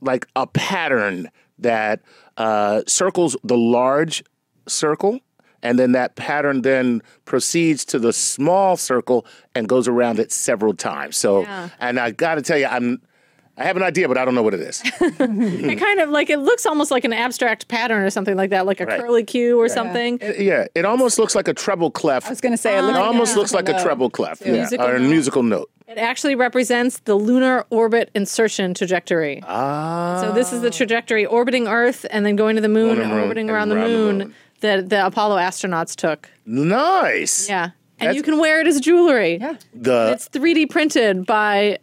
Speaker 4: like a pattern that uh, circles the large circle. And then that pattern then proceeds to the small circle and goes around it several times. So, and I got to tell you, I'm, I have an idea, but I don't know what it is. Hmm.
Speaker 2: It kind of like, it looks almost like an abstract pattern or something like that, like a
Speaker 4: Right.
Speaker 2: curly Q or something.
Speaker 4: Yeah, it almost looks like a treble clef.
Speaker 3: I was going to say, it
Speaker 4: it
Speaker 3: looked
Speaker 4: almost
Speaker 3: like
Speaker 4: looks like a treble clef, yeah,
Speaker 2: Musical
Speaker 4: or a
Speaker 2: note.
Speaker 4: musical note.
Speaker 2: It actually represents the lunar orbit insertion trajectory.
Speaker 4: Ah,
Speaker 2: So this is the trajectory orbiting Earth and then going to the moon,
Speaker 4: Going to
Speaker 2: and
Speaker 4: moon
Speaker 2: orbiting
Speaker 4: and
Speaker 2: around the
Speaker 4: around the
Speaker 2: moon,
Speaker 4: moon.
Speaker 2: that the Apollo astronauts took.
Speaker 4: nice.
Speaker 2: Yeah. And
Speaker 4: That's-
Speaker 2: you can wear it as jewelry. Yeah.
Speaker 4: The
Speaker 2: It's 3D printed by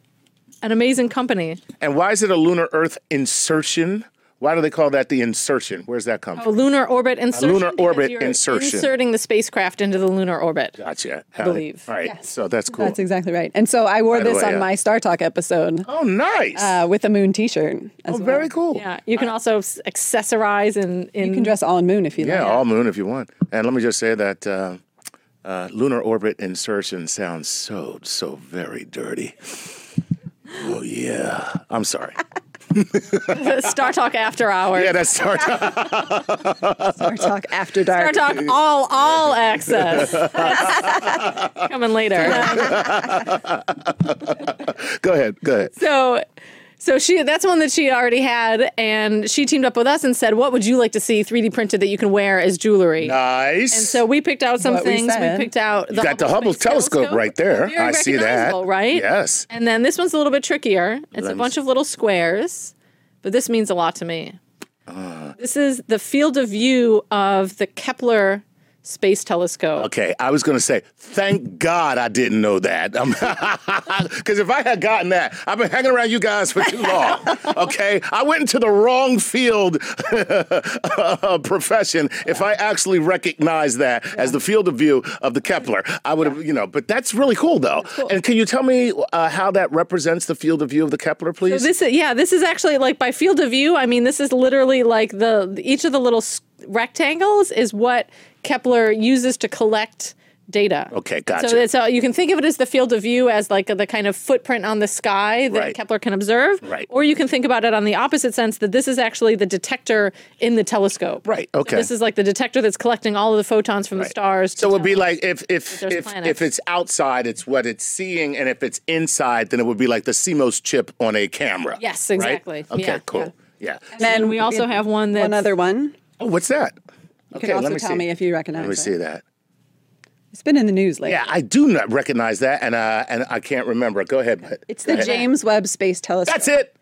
Speaker 2: an amazing company.
Speaker 4: and why is it a lunar Earth insertion? Why do they call that the insertion? Where's that come
Speaker 2: A
Speaker 4: from?
Speaker 2: lunar orbit insertion.
Speaker 4: lunar
Speaker 2: because
Speaker 4: orbit
Speaker 2: you're
Speaker 4: insertion.
Speaker 2: Inserting the spacecraft into the lunar orbit.
Speaker 4: Gotcha. I
Speaker 2: believe.
Speaker 4: All right. So that's cool.
Speaker 3: That's exactly right. And so I wore
Speaker 4: By the
Speaker 3: this
Speaker 4: way,
Speaker 3: on
Speaker 4: yeah.
Speaker 3: my Star Talk episode
Speaker 4: oh, nice.
Speaker 3: uh, with a moon t shirt.
Speaker 4: oh, very cool.
Speaker 2: Yeah. You can also s- accessorize and in,
Speaker 3: You can dress all in moon if you
Speaker 4: Yeah,
Speaker 3: like.
Speaker 4: all moon if you want. And let me just say that uh, uh, lunar orbit insertion sounds so, so very dirty. oh, yeah. I'm sorry.
Speaker 2: Star Talk after hours.
Speaker 4: Yeah, that's our
Speaker 3: Star Talk after dark.
Speaker 2: Star Talk all all access. Coming later.
Speaker 4: Go ahead. Go ahead.
Speaker 2: so so she that's one that she already had and she teamed up with us and said what would you like to see 3d printed that you can wear as jewelry
Speaker 4: Nice.
Speaker 2: and so we picked out some
Speaker 3: What we
Speaker 2: things. We,
Speaker 3: said.
Speaker 2: picked out the
Speaker 4: you got the Hubble
Speaker 2: Space
Speaker 4: telescope, right there.
Speaker 2: Very
Speaker 4: I see that.
Speaker 2: recognizable, Right?
Speaker 4: Yes.
Speaker 2: And then this one's a little bit trickier. It's a
Speaker 4: Lens.
Speaker 2: bunch of little squares, but this means a lot to me.
Speaker 4: Ah.
Speaker 2: this is the field of view of the Kepler Space Telescope.
Speaker 4: Okay, I was going to say, thank God I didn't know that. Because if I had gotten that, I've been hanging around you guys for too long. Okay, I went into the wrong field uh, profession. If I actually recognized that as the field of view of the Kepler, I would have, you know, but that's really cool though. And can you tell me uh, how that represents the field of view of the Kepler, please?
Speaker 2: So this is yeah, this is actually like by field of view. I mean, this is literally like the each of the little s- rectangles is what Kepler uses to collect data.
Speaker 4: Okay, gotcha.
Speaker 2: So, so you can think of it as the field of view as like the kind of footprint on the sky that
Speaker 4: Right.
Speaker 2: Kepler can observe.
Speaker 4: Right.
Speaker 2: Or you can think about it on the opposite sense that this is actually the detector in the telescope.
Speaker 4: Right,
Speaker 2: So
Speaker 4: okay.
Speaker 2: this is like the detector that's collecting all of the photons from the stars.
Speaker 4: So it
Speaker 2: to
Speaker 4: would be
Speaker 2: tell-
Speaker 4: like if if
Speaker 2: there's
Speaker 4: if,
Speaker 2: planets.
Speaker 4: if it's outside, it's what it's seeing, and if it's inside, then it would be like the CMOS chip on a camera.
Speaker 2: Yes,
Speaker 4: right?
Speaker 2: exactly.
Speaker 4: Okay,
Speaker 2: Yeah,
Speaker 4: cool. Yeah.
Speaker 2: And we also have one that's
Speaker 3: one other one.
Speaker 4: Oh, what's that?
Speaker 3: You can also tell me if you recognize
Speaker 4: Let me
Speaker 3: it.
Speaker 4: see that.
Speaker 3: It's been in the news lately.
Speaker 4: Yeah, I do not recognize that, and uh, and I can't remember. Go ahead. But
Speaker 3: It's the James Webb Space Telescope.
Speaker 4: that's it.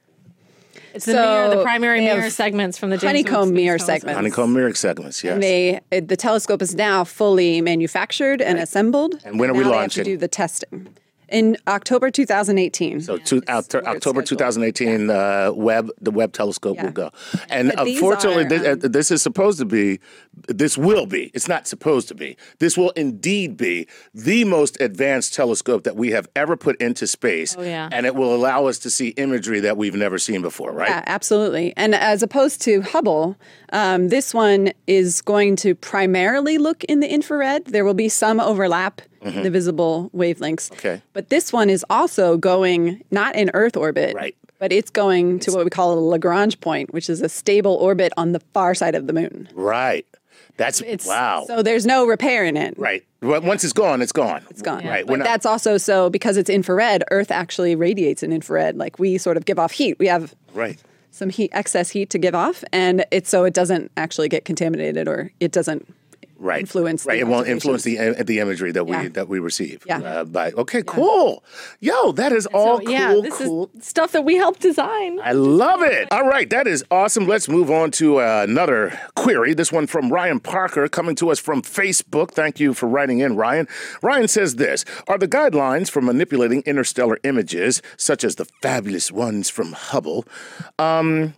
Speaker 2: It's the, mirror, the
Speaker 3: So
Speaker 2: primary
Speaker 3: they have
Speaker 2: mirror segments from the James Webb
Speaker 3: honeycomb
Speaker 2: Space
Speaker 3: mirror
Speaker 2: Telescope.
Speaker 3: segments.
Speaker 4: Honeycomb mirror segments. Yes.
Speaker 3: And they, it- the telescope is now fully manufactured and assembled.
Speaker 4: And when are we
Speaker 3: now They
Speaker 4: launching?
Speaker 3: have to do the testing in October 2018.
Speaker 4: so two, out, October
Speaker 3: scheduled.
Speaker 4: 2018, uh, Webb the Webb telescope will go, and
Speaker 3: But these
Speaker 4: unfortunately,
Speaker 3: are,
Speaker 4: thi- uh,
Speaker 3: um,
Speaker 4: this, is supposed to be, this will be. It's not supposed to be. This will indeed be the most advanced telescope that we have ever put into space,
Speaker 2: Oh, yeah.
Speaker 4: and it will allow us to see imagery that we've never seen before. Right?
Speaker 3: Yeah, absolutely. And as opposed to Hubble, um, this one is going to primarily look in the infrared. There will be some overlap in the visible wavelengths.
Speaker 4: Mm-hmm. Okay.
Speaker 3: But this one is also going not in Earth orbit.
Speaker 4: Right.
Speaker 3: But it's going to what we call a Lagrange point, which is a stable orbit on the far side of the moon.
Speaker 4: Right. That's wow.
Speaker 3: So there's no repair in it.
Speaker 4: Right. Well, Once it's gone, it's gone.
Speaker 3: It's gone.
Speaker 4: Right.
Speaker 3: But that's also so because it's infrared, Earth actually radiates in infrared. Like we sort of give off heat. We have
Speaker 4: right.
Speaker 3: some heat excess heat to give off and it's so it doesn't actually get contaminated or it doesn't
Speaker 4: right.
Speaker 3: influence. the
Speaker 4: Right. It won't
Speaker 3: observation.
Speaker 4: influence the uh, the imagery that we
Speaker 3: Yeah.
Speaker 4: that we receive.
Speaker 3: Yeah.
Speaker 4: Uh, but okay, cool. Yo, that is all Oh, cool.
Speaker 2: yeah, this is-
Speaker 4: cool.
Speaker 5: Stuff that we helped design.
Speaker 4: I love it. All right, that is awesome. Let's move on to uh, another query. This one from Ryan Parker coming to us from Facebook. Thank you for writing in, Ryan. Ryan says this Are the guidelines for manipulating interstellar images, such as the fabulous ones from Hubble, um,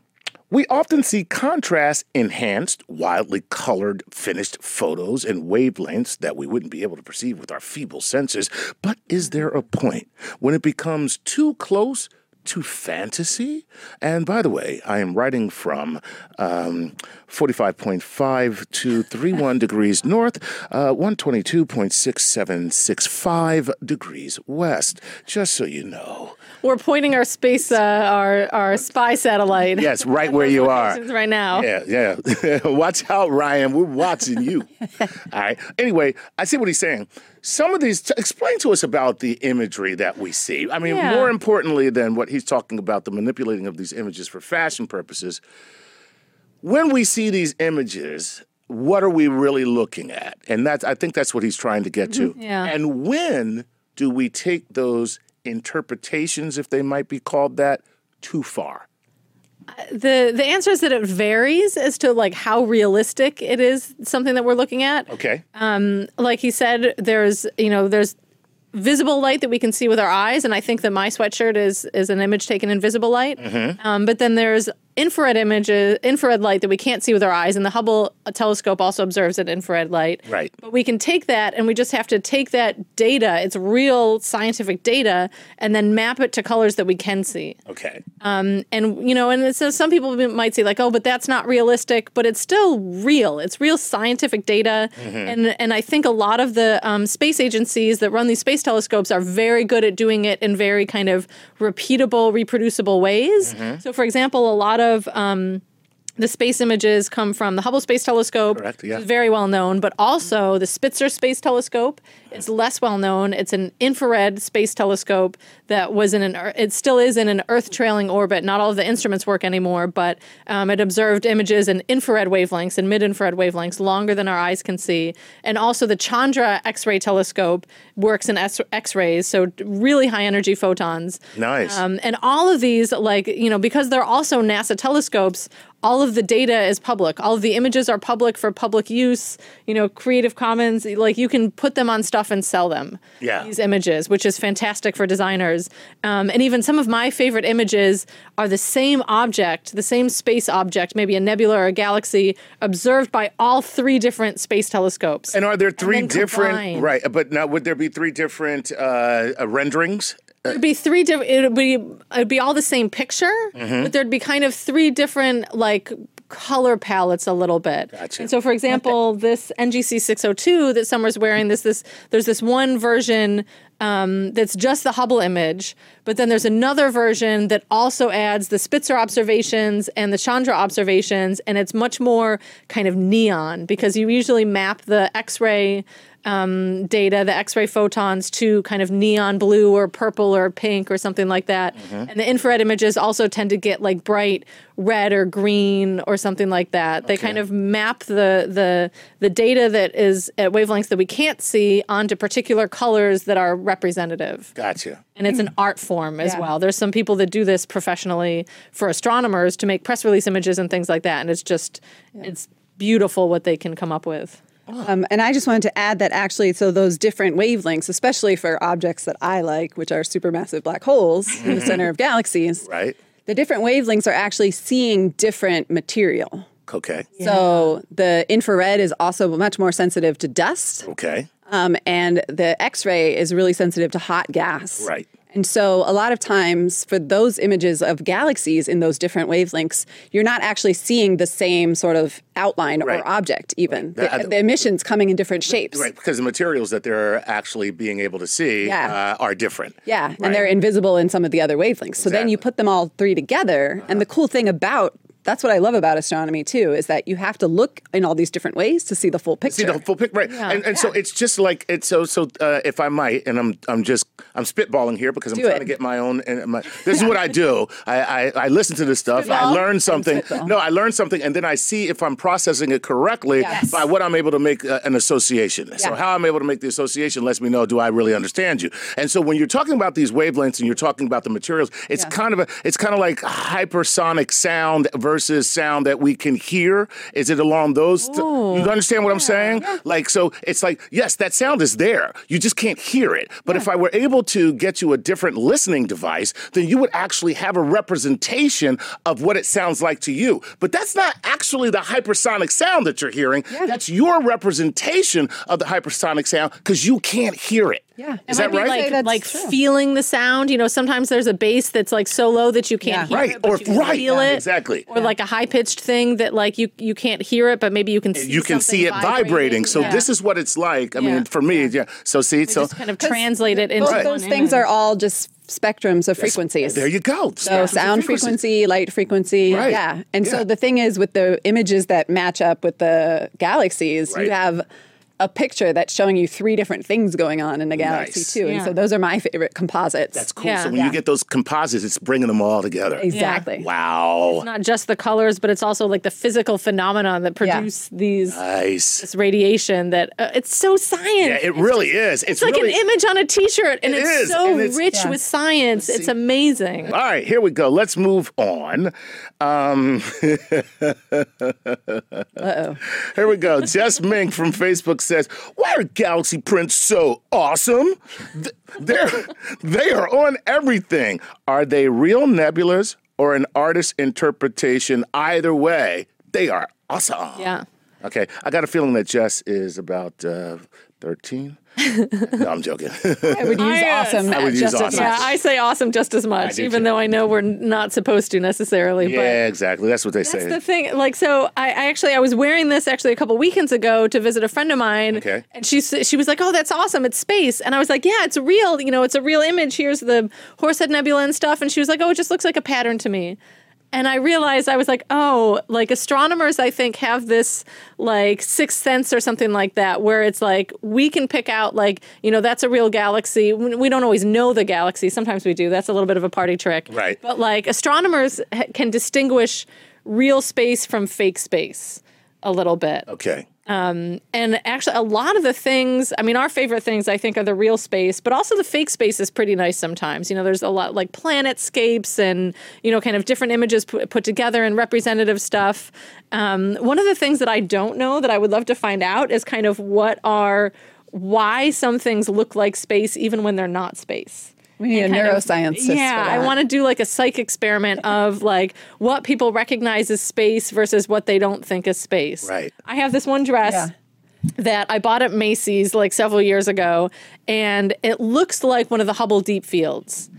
Speaker 4: we often see contrast enhanced, wildly colored, finished photos and wavelengths that we wouldn't be able to perceive with our feeble senses. But is there a point when it becomes too close to fantasy? And by the way, I am writing from um, 45.5 to 31 degrees north, uh, 122.6765 degrees west, just so you know.
Speaker 2: We're pointing our space, uh, our our spy satellite.
Speaker 4: Yes, right where you are.
Speaker 2: Right now.
Speaker 4: Yeah, yeah. Watch out, Ryan. We're watching you. All right. Anyway, I see what he's saying. Some of these, t- explain to us about the imagery that we see. I mean,
Speaker 2: Yeah.
Speaker 4: more importantly than what he's talking about, the manipulating of these images for fashion purposes. When we see these images, what are we really looking at? And that's, I think that's what he's trying to get to.
Speaker 2: Mm-hmm. Yeah.
Speaker 4: And when do we take those interpretations, if they might be called that, too far?
Speaker 2: The the answer is that it varies as to like how realistic it is something that we're looking at.
Speaker 4: Okay.
Speaker 2: like he said, there's you know there's visible light that we can see with our eyes, and I think that my sweatshirt is is an image taken in visible light. Um, but then there's infrared images, infrared light that we can't see with our eyes, and the Hubble telescope also observes an infrared light.
Speaker 4: Right.
Speaker 2: But we can take that, and we just have to take that data, it's real scientific data, and then map it to colors that we can see
Speaker 4: okay.
Speaker 2: and you know, and so some people might say like, "Oh, but that's not realistic," but it's still real. It's real scientific data,
Speaker 4: Mm-hmm.
Speaker 2: and and I think a lot of the um, space agencies that run these space telescopes are very good at doing it in very kind of repeatable, reproducible ways.
Speaker 4: Mm-hmm.
Speaker 2: So, for example, a lot of um, the space images come from the Hubble Space Telescope,
Speaker 4: Correct, yeah.
Speaker 2: which is very well known, but also the Spitzer Space Telescope is less well known. It's an infrared space telescope that was in an Ear- it still is in an Earth trailing orbit. Not all of the instruments work anymore, but um, it observed images in infrared wavelengths and mid infrared wavelengths longer than our eyes can see. And also the Chandra X ray telescope works in X rays, so really high energy photons.
Speaker 4: Nice.
Speaker 2: Um, and all of these, like, you know, because they're also NASA telescopes, all of the data is public. All of the images are public for public use, you know, Creative Commons. Like, you can put them on stuff and sell them.
Speaker 4: Yeah.
Speaker 2: These images, which is fantastic for designers. Um, and even some of my favorite images are the same object, the same space object, maybe a nebula or a galaxy, observed by all three different space telescopes.
Speaker 4: And are there three
Speaker 2: then
Speaker 4: different
Speaker 2: combined.
Speaker 4: right? But now would there be three different uh, uh, renderings?
Speaker 2: It'd be three different. It'd be it'd be all the same picture, but there'd be kind of three different like color palettes a little bit. Gotcha. And so, for example, this NGC six hundred two that Summer's wearing this this there's this one version um, that's just the Hubble image, but then there's another version that also adds the Spitzer observations and the Chandra observations, and it's much more kind of neon because you usually map the X ray um, data, the X ray photons, to kind of neon blue or purple or pink or something like that. And the infrared images also tend to get like bright red or green or something like that. They kind of map the, the, the data that is at wavelengths that we can't see onto particular colors that are representative.
Speaker 4: Gotcha.
Speaker 2: And it's an art form as
Speaker 3: Yeah.
Speaker 2: well. There's some people that do this professionally for astronomers to make press release images and things like that. And it's just, it's beautiful what they can come up with.
Speaker 3: Um, and I just wanted to add that actually, so those different wavelengths, especially for objects that I like, which are supermassive black holes in the center of galaxies,
Speaker 4: Right.
Speaker 3: the different wavelengths are actually seeing different material.
Speaker 4: Okay.
Speaker 3: So the infrared is also much more sensitive to dust,
Speaker 4: Okay.
Speaker 3: um, and the X ray is really sensitive to hot gas.
Speaker 4: Right.
Speaker 3: And so, a lot of times for those images of galaxies in those different wavelengths, you're not actually seeing the same sort of outline
Speaker 4: Right.
Speaker 3: or object, even.
Speaker 4: Right.
Speaker 3: The, the emissions coming in different shapes.
Speaker 4: Right. Because the materials that they're actually being able to see
Speaker 3: Yeah.
Speaker 4: uh, are different.
Speaker 3: Yeah,
Speaker 4: Right.
Speaker 3: and they're invisible in some of the other wavelengths. So then
Speaker 4: Exactly.
Speaker 3: you put them all three together, and the cool thing about that's what I love about astronomy too, is that you have to look in all these different ways to see the full picture.
Speaker 4: See the full picture, right? And, and so it's just like it's so so. Uh, if I might, and I'm I'm just I'm spitballing here because I'm
Speaker 3: Do
Speaker 4: trying
Speaker 3: it.
Speaker 4: to get my own. And my, this is what I do. I, I I listen to this stuff. I
Speaker 3: Spitball
Speaker 4: learn something.
Speaker 3: spitball.
Speaker 4: No, I learn something, and then I see if I'm processing it correctly
Speaker 3: Yes.
Speaker 4: by what I'm able to make uh, an association. So
Speaker 3: Yeah.
Speaker 4: how I'm able to make the association lets me know do I really understand you. And so when you're talking about these wavelengths and you're talking about the materials, it's kind of a it's kind of like hypersonic sound versus sound that we can hear. Is it along those? th- you understand what I'm saying? Like so, it's like yes, that sound is there. You just can't hear it. But if I were able to get you a different listening device, then you would actually have a representation of what it sounds like to you. But that's not actually the hypersonic sound that you're hearing. That's your representation of the hypersonic sound because you can't hear it.
Speaker 3: Yeah.
Speaker 4: is
Speaker 3: It
Speaker 4: that
Speaker 3: might be
Speaker 4: right?
Speaker 3: Say
Speaker 2: Like,
Speaker 3: that's
Speaker 2: like
Speaker 3: true.
Speaker 2: feeling the sound. You know, sometimes there's a bass that's like so low that you can't
Speaker 3: Yeah.
Speaker 2: hear
Speaker 4: Right,
Speaker 2: it, but
Speaker 4: or-
Speaker 2: you can
Speaker 4: right,
Speaker 2: feel
Speaker 4: yeah,
Speaker 2: it.
Speaker 4: exactly.
Speaker 2: Or like a high pitched thing that like you you can't hear it, but maybe you can see
Speaker 4: you can see it vibrating. So this is what it's like. I mean,
Speaker 2: Yeah.
Speaker 4: for me, yeah. So see, so
Speaker 2: just kind of translate it into
Speaker 3: Both
Speaker 4: Right.
Speaker 3: those things are all just spectrums of frequencies.
Speaker 4: there you go.
Speaker 3: So sound frequency, light frequency,
Speaker 4: Right.
Speaker 3: yeah. And
Speaker 4: Yeah.
Speaker 3: so the thing is, with the images that match up with the galaxies,
Speaker 4: Right.
Speaker 3: you have a picture that's showing you three different things going on in the galaxy
Speaker 4: Nice.
Speaker 3: too. And
Speaker 2: Yeah.
Speaker 3: so those are my favorite composites.
Speaker 4: That's cool.
Speaker 2: Yeah.
Speaker 4: so when you
Speaker 3: Yeah.
Speaker 4: get those composites, it's bringing them all together.
Speaker 3: exactly.
Speaker 4: Wow.
Speaker 2: not just the colors, but it's also like the physical phenomenon that
Speaker 3: Yeah.
Speaker 2: produce these
Speaker 4: Nice.
Speaker 2: this radiation. That uh, it's so science.
Speaker 4: Uh, Yeah, it really is. It's,
Speaker 2: it's like
Speaker 4: really,
Speaker 2: an image on a T-shirt, and
Speaker 4: It
Speaker 2: it's
Speaker 4: is,
Speaker 2: so
Speaker 4: and it's-
Speaker 2: rich
Speaker 3: Yeah.
Speaker 2: with science. It's amazing.
Speaker 4: All right, here we go. Let's move on. Um,
Speaker 3: Uh-oh.
Speaker 4: here we go. Jess Mink from Facebook says, "Why are galaxy prints so awesome? Th- They're they are on everything. Are they real nebulas or an artist's interpretation? Either way, they are awesome."
Speaker 2: Yeah.
Speaker 4: Okay, I got a feeling that Jess is about uh, thirteen. no, I'm joking.
Speaker 3: I would use awesome.
Speaker 4: I would use
Speaker 3: just as
Speaker 4: awesome.
Speaker 3: much.
Speaker 2: Yeah, I say awesome just as much,
Speaker 4: do
Speaker 2: even
Speaker 4: too.
Speaker 2: though I know we're not supposed to necessarily. but
Speaker 4: yeah, exactly. That's what they say.
Speaker 2: That's the thing. Like, so I, I actually I was wearing this actually a couple weekends ago to visit a friend of mine.
Speaker 4: Okay.
Speaker 2: And she s- she was like, "Oh, that's awesome! It's space." And I was like, "Yeah, it's real. You know, it's a real image. Here's the Horsehead Nebula and stuff." And she was like, "Oh, it just looks like a pattern to me." And I realized I was like, "Oh, like astronomers, I think have this like sixth sense or something like that, where it's like we can pick out like you know that's a real galaxy. We we don't always know the galaxy. Sometimes we do. That's a little bit of a party trick,
Speaker 4: Right.
Speaker 2: But like astronomers ha- can distinguish real space from fake space a little bit.
Speaker 4: okay.
Speaker 2: And actually, a lot of the things, I mean, our favorite things, I think, are the real space, but also the fake space is pretty nice sometimes. You know, there's a lot like planetscapes and, you know, kind of different images put, put together and representative stuff. Um, one of the things that I don't know that I would love to find out is kind of what are, why some things look like space even when they're not space
Speaker 3: We need a neuroscientist.
Speaker 2: yeah
Speaker 3: for
Speaker 2: i
Speaker 3: that.
Speaker 2: want to do like a psych experiment of like what people recognize as space versus what they don't think is space
Speaker 4: Right.
Speaker 2: i have this one dress
Speaker 3: Yeah.
Speaker 2: that i bought at macy's like several years ago and it looks like one of the hubble deep fields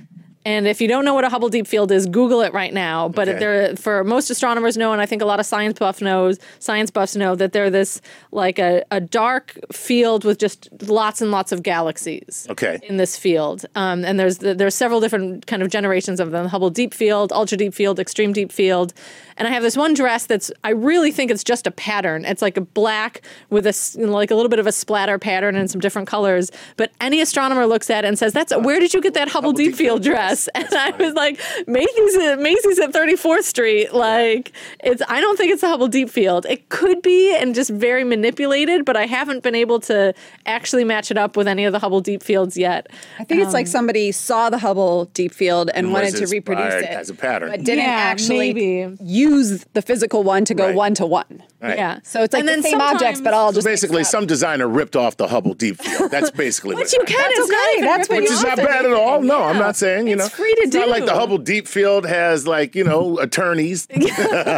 Speaker 2: and if you don't know what a Hubble Deep Field is, Google it right now. But
Speaker 4: Okay.
Speaker 2: there, for most astronomers know, and I think a lot of science buff knows, science buffs know that they're this like a, a dark field with just lots and lots of galaxies
Speaker 4: Okay.
Speaker 2: in this field. Um, and there's the, there's several different kind of generations of them: Hubble Deep Field, Ultra Deep Field, Extreme Deep Field. And I have this one dress that's I really think it's just a pattern. It's like a black with a s- you know, like a little bit of a splatter pattern and some different colors. But any astronomer looks at it and says, "That's where did you get that Hubble, Deep, Field dress?" And I was like, "Macy's at Macy's at 34th Street. Like it's I don't think it's the Hubble Deep Field. It could be and just very manipulated, but I haven't been able to actually match it up with any of the Hubble Deep Fields yet."
Speaker 3: I think
Speaker 2: um,
Speaker 3: it's like somebody saw the Hubble Deep Field and,
Speaker 4: And
Speaker 3: wanted
Speaker 4: was
Speaker 3: to reproduce
Speaker 4: inspired
Speaker 3: it
Speaker 4: as a pattern.
Speaker 3: but didn't
Speaker 2: Yeah,
Speaker 3: actually
Speaker 2: maybe.
Speaker 3: use the physical one to go
Speaker 4: Right.
Speaker 3: one to one.
Speaker 4: Right.
Speaker 2: Yeah.
Speaker 3: So it's like
Speaker 2: And
Speaker 3: the
Speaker 2: then
Speaker 3: same objects, but
Speaker 2: sometimes-
Speaker 3: all
Speaker 4: So
Speaker 3: just
Speaker 4: basically, some designer ripped off the Hubble Deep Field. That's basically what
Speaker 2: But
Speaker 4: it
Speaker 2: you
Speaker 4: is.
Speaker 2: can. it's not
Speaker 3: okay.
Speaker 2: even
Speaker 3: That's what
Speaker 2: ripping
Speaker 4: Which
Speaker 3: you
Speaker 4: is
Speaker 2: off
Speaker 4: not bad at
Speaker 2: anything.
Speaker 4: all. No, I'm
Speaker 2: Yeah.
Speaker 4: not saying, you
Speaker 2: It's
Speaker 4: know.
Speaker 2: free to
Speaker 4: it's not like
Speaker 2: do.
Speaker 4: the Hubble Deep Field has, like, you know, attorneys.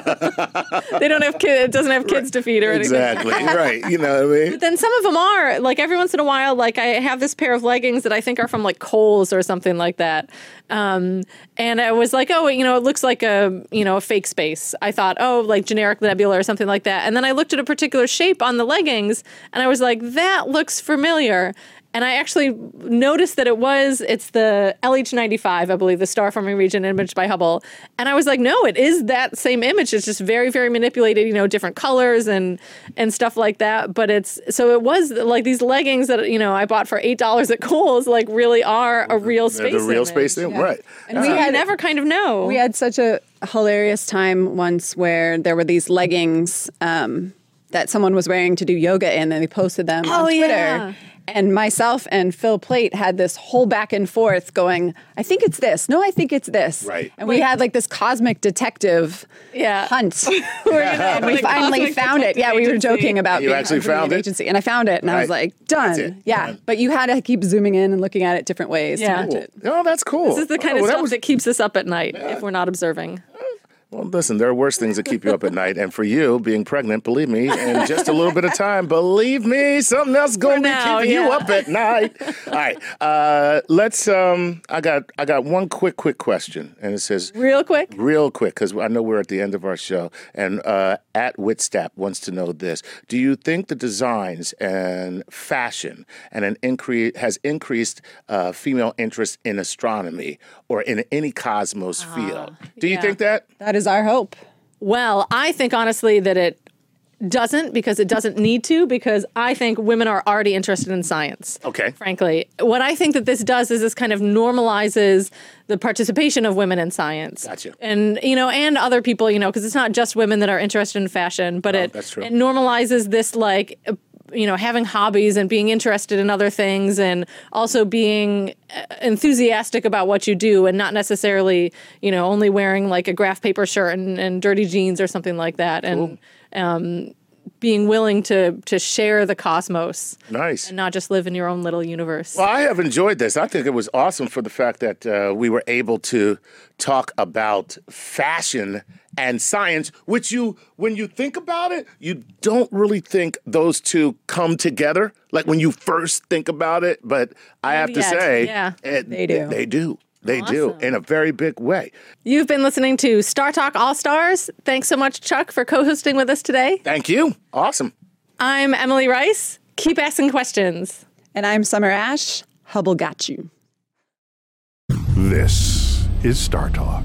Speaker 2: they don't have kids. It doesn't have kids to feed or anything.
Speaker 4: exactly. right. You know what I mean?
Speaker 2: But then some of them are like every once in a while. Like I have this pair of leggings that I think are from like Kohl's or something like that. Um, and I was like, oh, you know, it looks like a you know a fake space. I thought, oh, like generic nebula or something like that. And then I looked at a particular shape on the leggings, and I was like, that looks familiar. And I actually noticed that it was, it's the LH95, I believe, the star forming region imaged by Hubble. And I was like, no, it is that same image. It's just very, very manipulated, you know, different colors and and stuff like that. But it's so it was like these leggings that, you know, I bought for $8 at Kohl's, like really are a real
Speaker 4: They're
Speaker 2: space.
Speaker 4: the real
Speaker 2: image.
Speaker 4: space thing, right?
Speaker 3: And we
Speaker 4: Yeah.
Speaker 2: I
Speaker 3: had
Speaker 2: never kind of know.
Speaker 3: We had such a hilarious time once where there were these leggings um, that someone was wearing to do yoga in, and they posted them on
Speaker 2: Oh,
Speaker 3: Twitter.
Speaker 2: yeah.
Speaker 3: And myself and Phil Plate had this whole back and forth going, I think it's this. No, I think it's this.
Speaker 4: Right.
Speaker 3: And we had like this cosmic detective
Speaker 2: Yeah.
Speaker 3: hunt.
Speaker 2: have,
Speaker 3: and we
Speaker 2: like,
Speaker 3: finally
Speaker 2: cosmic
Speaker 3: found it. Yeah, we were
Speaker 2: detective
Speaker 3: joking about
Speaker 4: You
Speaker 3: being
Speaker 4: actually
Speaker 3: a recruiting
Speaker 4: found it?
Speaker 3: agency. And I found it and I was
Speaker 4: Right.
Speaker 3: like, done.
Speaker 4: it.
Speaker 3: Yeah.
Speaker 4: Done.
Speaker 3: But you had to keep zooming in and looking at it different ways
Speaker 2: Yeah.
Speaker 3: to match
Speaker 4: Cool.
Speaker 3: it.
Speaker 4: Oh, that's cool.
Speaker 2: This is the kind
Speaker 4: Oh,
Speaker 2: of
Speaker 4: that
Speaker 2: stuff
Speaker 4: was-
Speaker 2: that keeps us up at night if we're not observing.
Speaker 4: Well, listen, there are worse things that keep you up at night, and for you being pregnant, believe me, in just a little bit of time, believe me, something else is going to be
Speaker 2: now,
Speaker 4: keeping you
Speaker 2: yeah.
Speaker 4: up at night. All right, uh, let's. Um, I got I got one quick quick question, and it says
Speaker 2: Real quick.
Speaker 4: real quick because I know we're at the end of our show, and uh, at Witstap wants to know this: Do you think the designs and fashion and an increase has increased uh, female interest in astronomy or in any cosmos field? Do you think that?
Speaker 3: That is our hope.
Speaker 2: Well, I think honestly that it doesn't because it doesn't need to because I think women are already interested in science.
Speaker 4: Okay.
Speaker 2: Frankly, what I think that this does is this kind of normalizes the participation of women in science.
Speaker 4: Gotcha.
Speaker 2: And you know, and other people, you know, because it's not just women that are interested in fashion, but it
Speaker 4: that's true.
Speaker 2: it normalizes this like uh, you know having hobbies and being interested in other things and also being uh, enthusiastic about what you do and not necessarily you know only wearing like a graph paper shirt and, and dirty jeans or something like that and um, being willing to to share the cosmos
Speaker 4: Nice.
Speaker 2: and not just live in your own little universe
Speaker 4: Well, I have enjoyed this. I think it was awesome for the fact that uh, we were able to talk about fashion and science, which you, when you think about it, you don't really think those two come together. Like when you first think about it, but I have to
Speaker 2: yet.
Speaker 4: say,
Speaker 2: Yeah.
Speaker 4: it-
Speaker 3: They do.
Speaker 4: They do. They do in a very big way.
Speaker 2: you've been listening to star talk all stars thanks so much chuck for co-hosting with us today
Speaker 4: Thank you. Awesome.
Speaker 2: i'm emily rice keep asking questions
Speaker 3: And I'm Summer Ash. Hubble got you.
Speaker 1: This is Star Talk.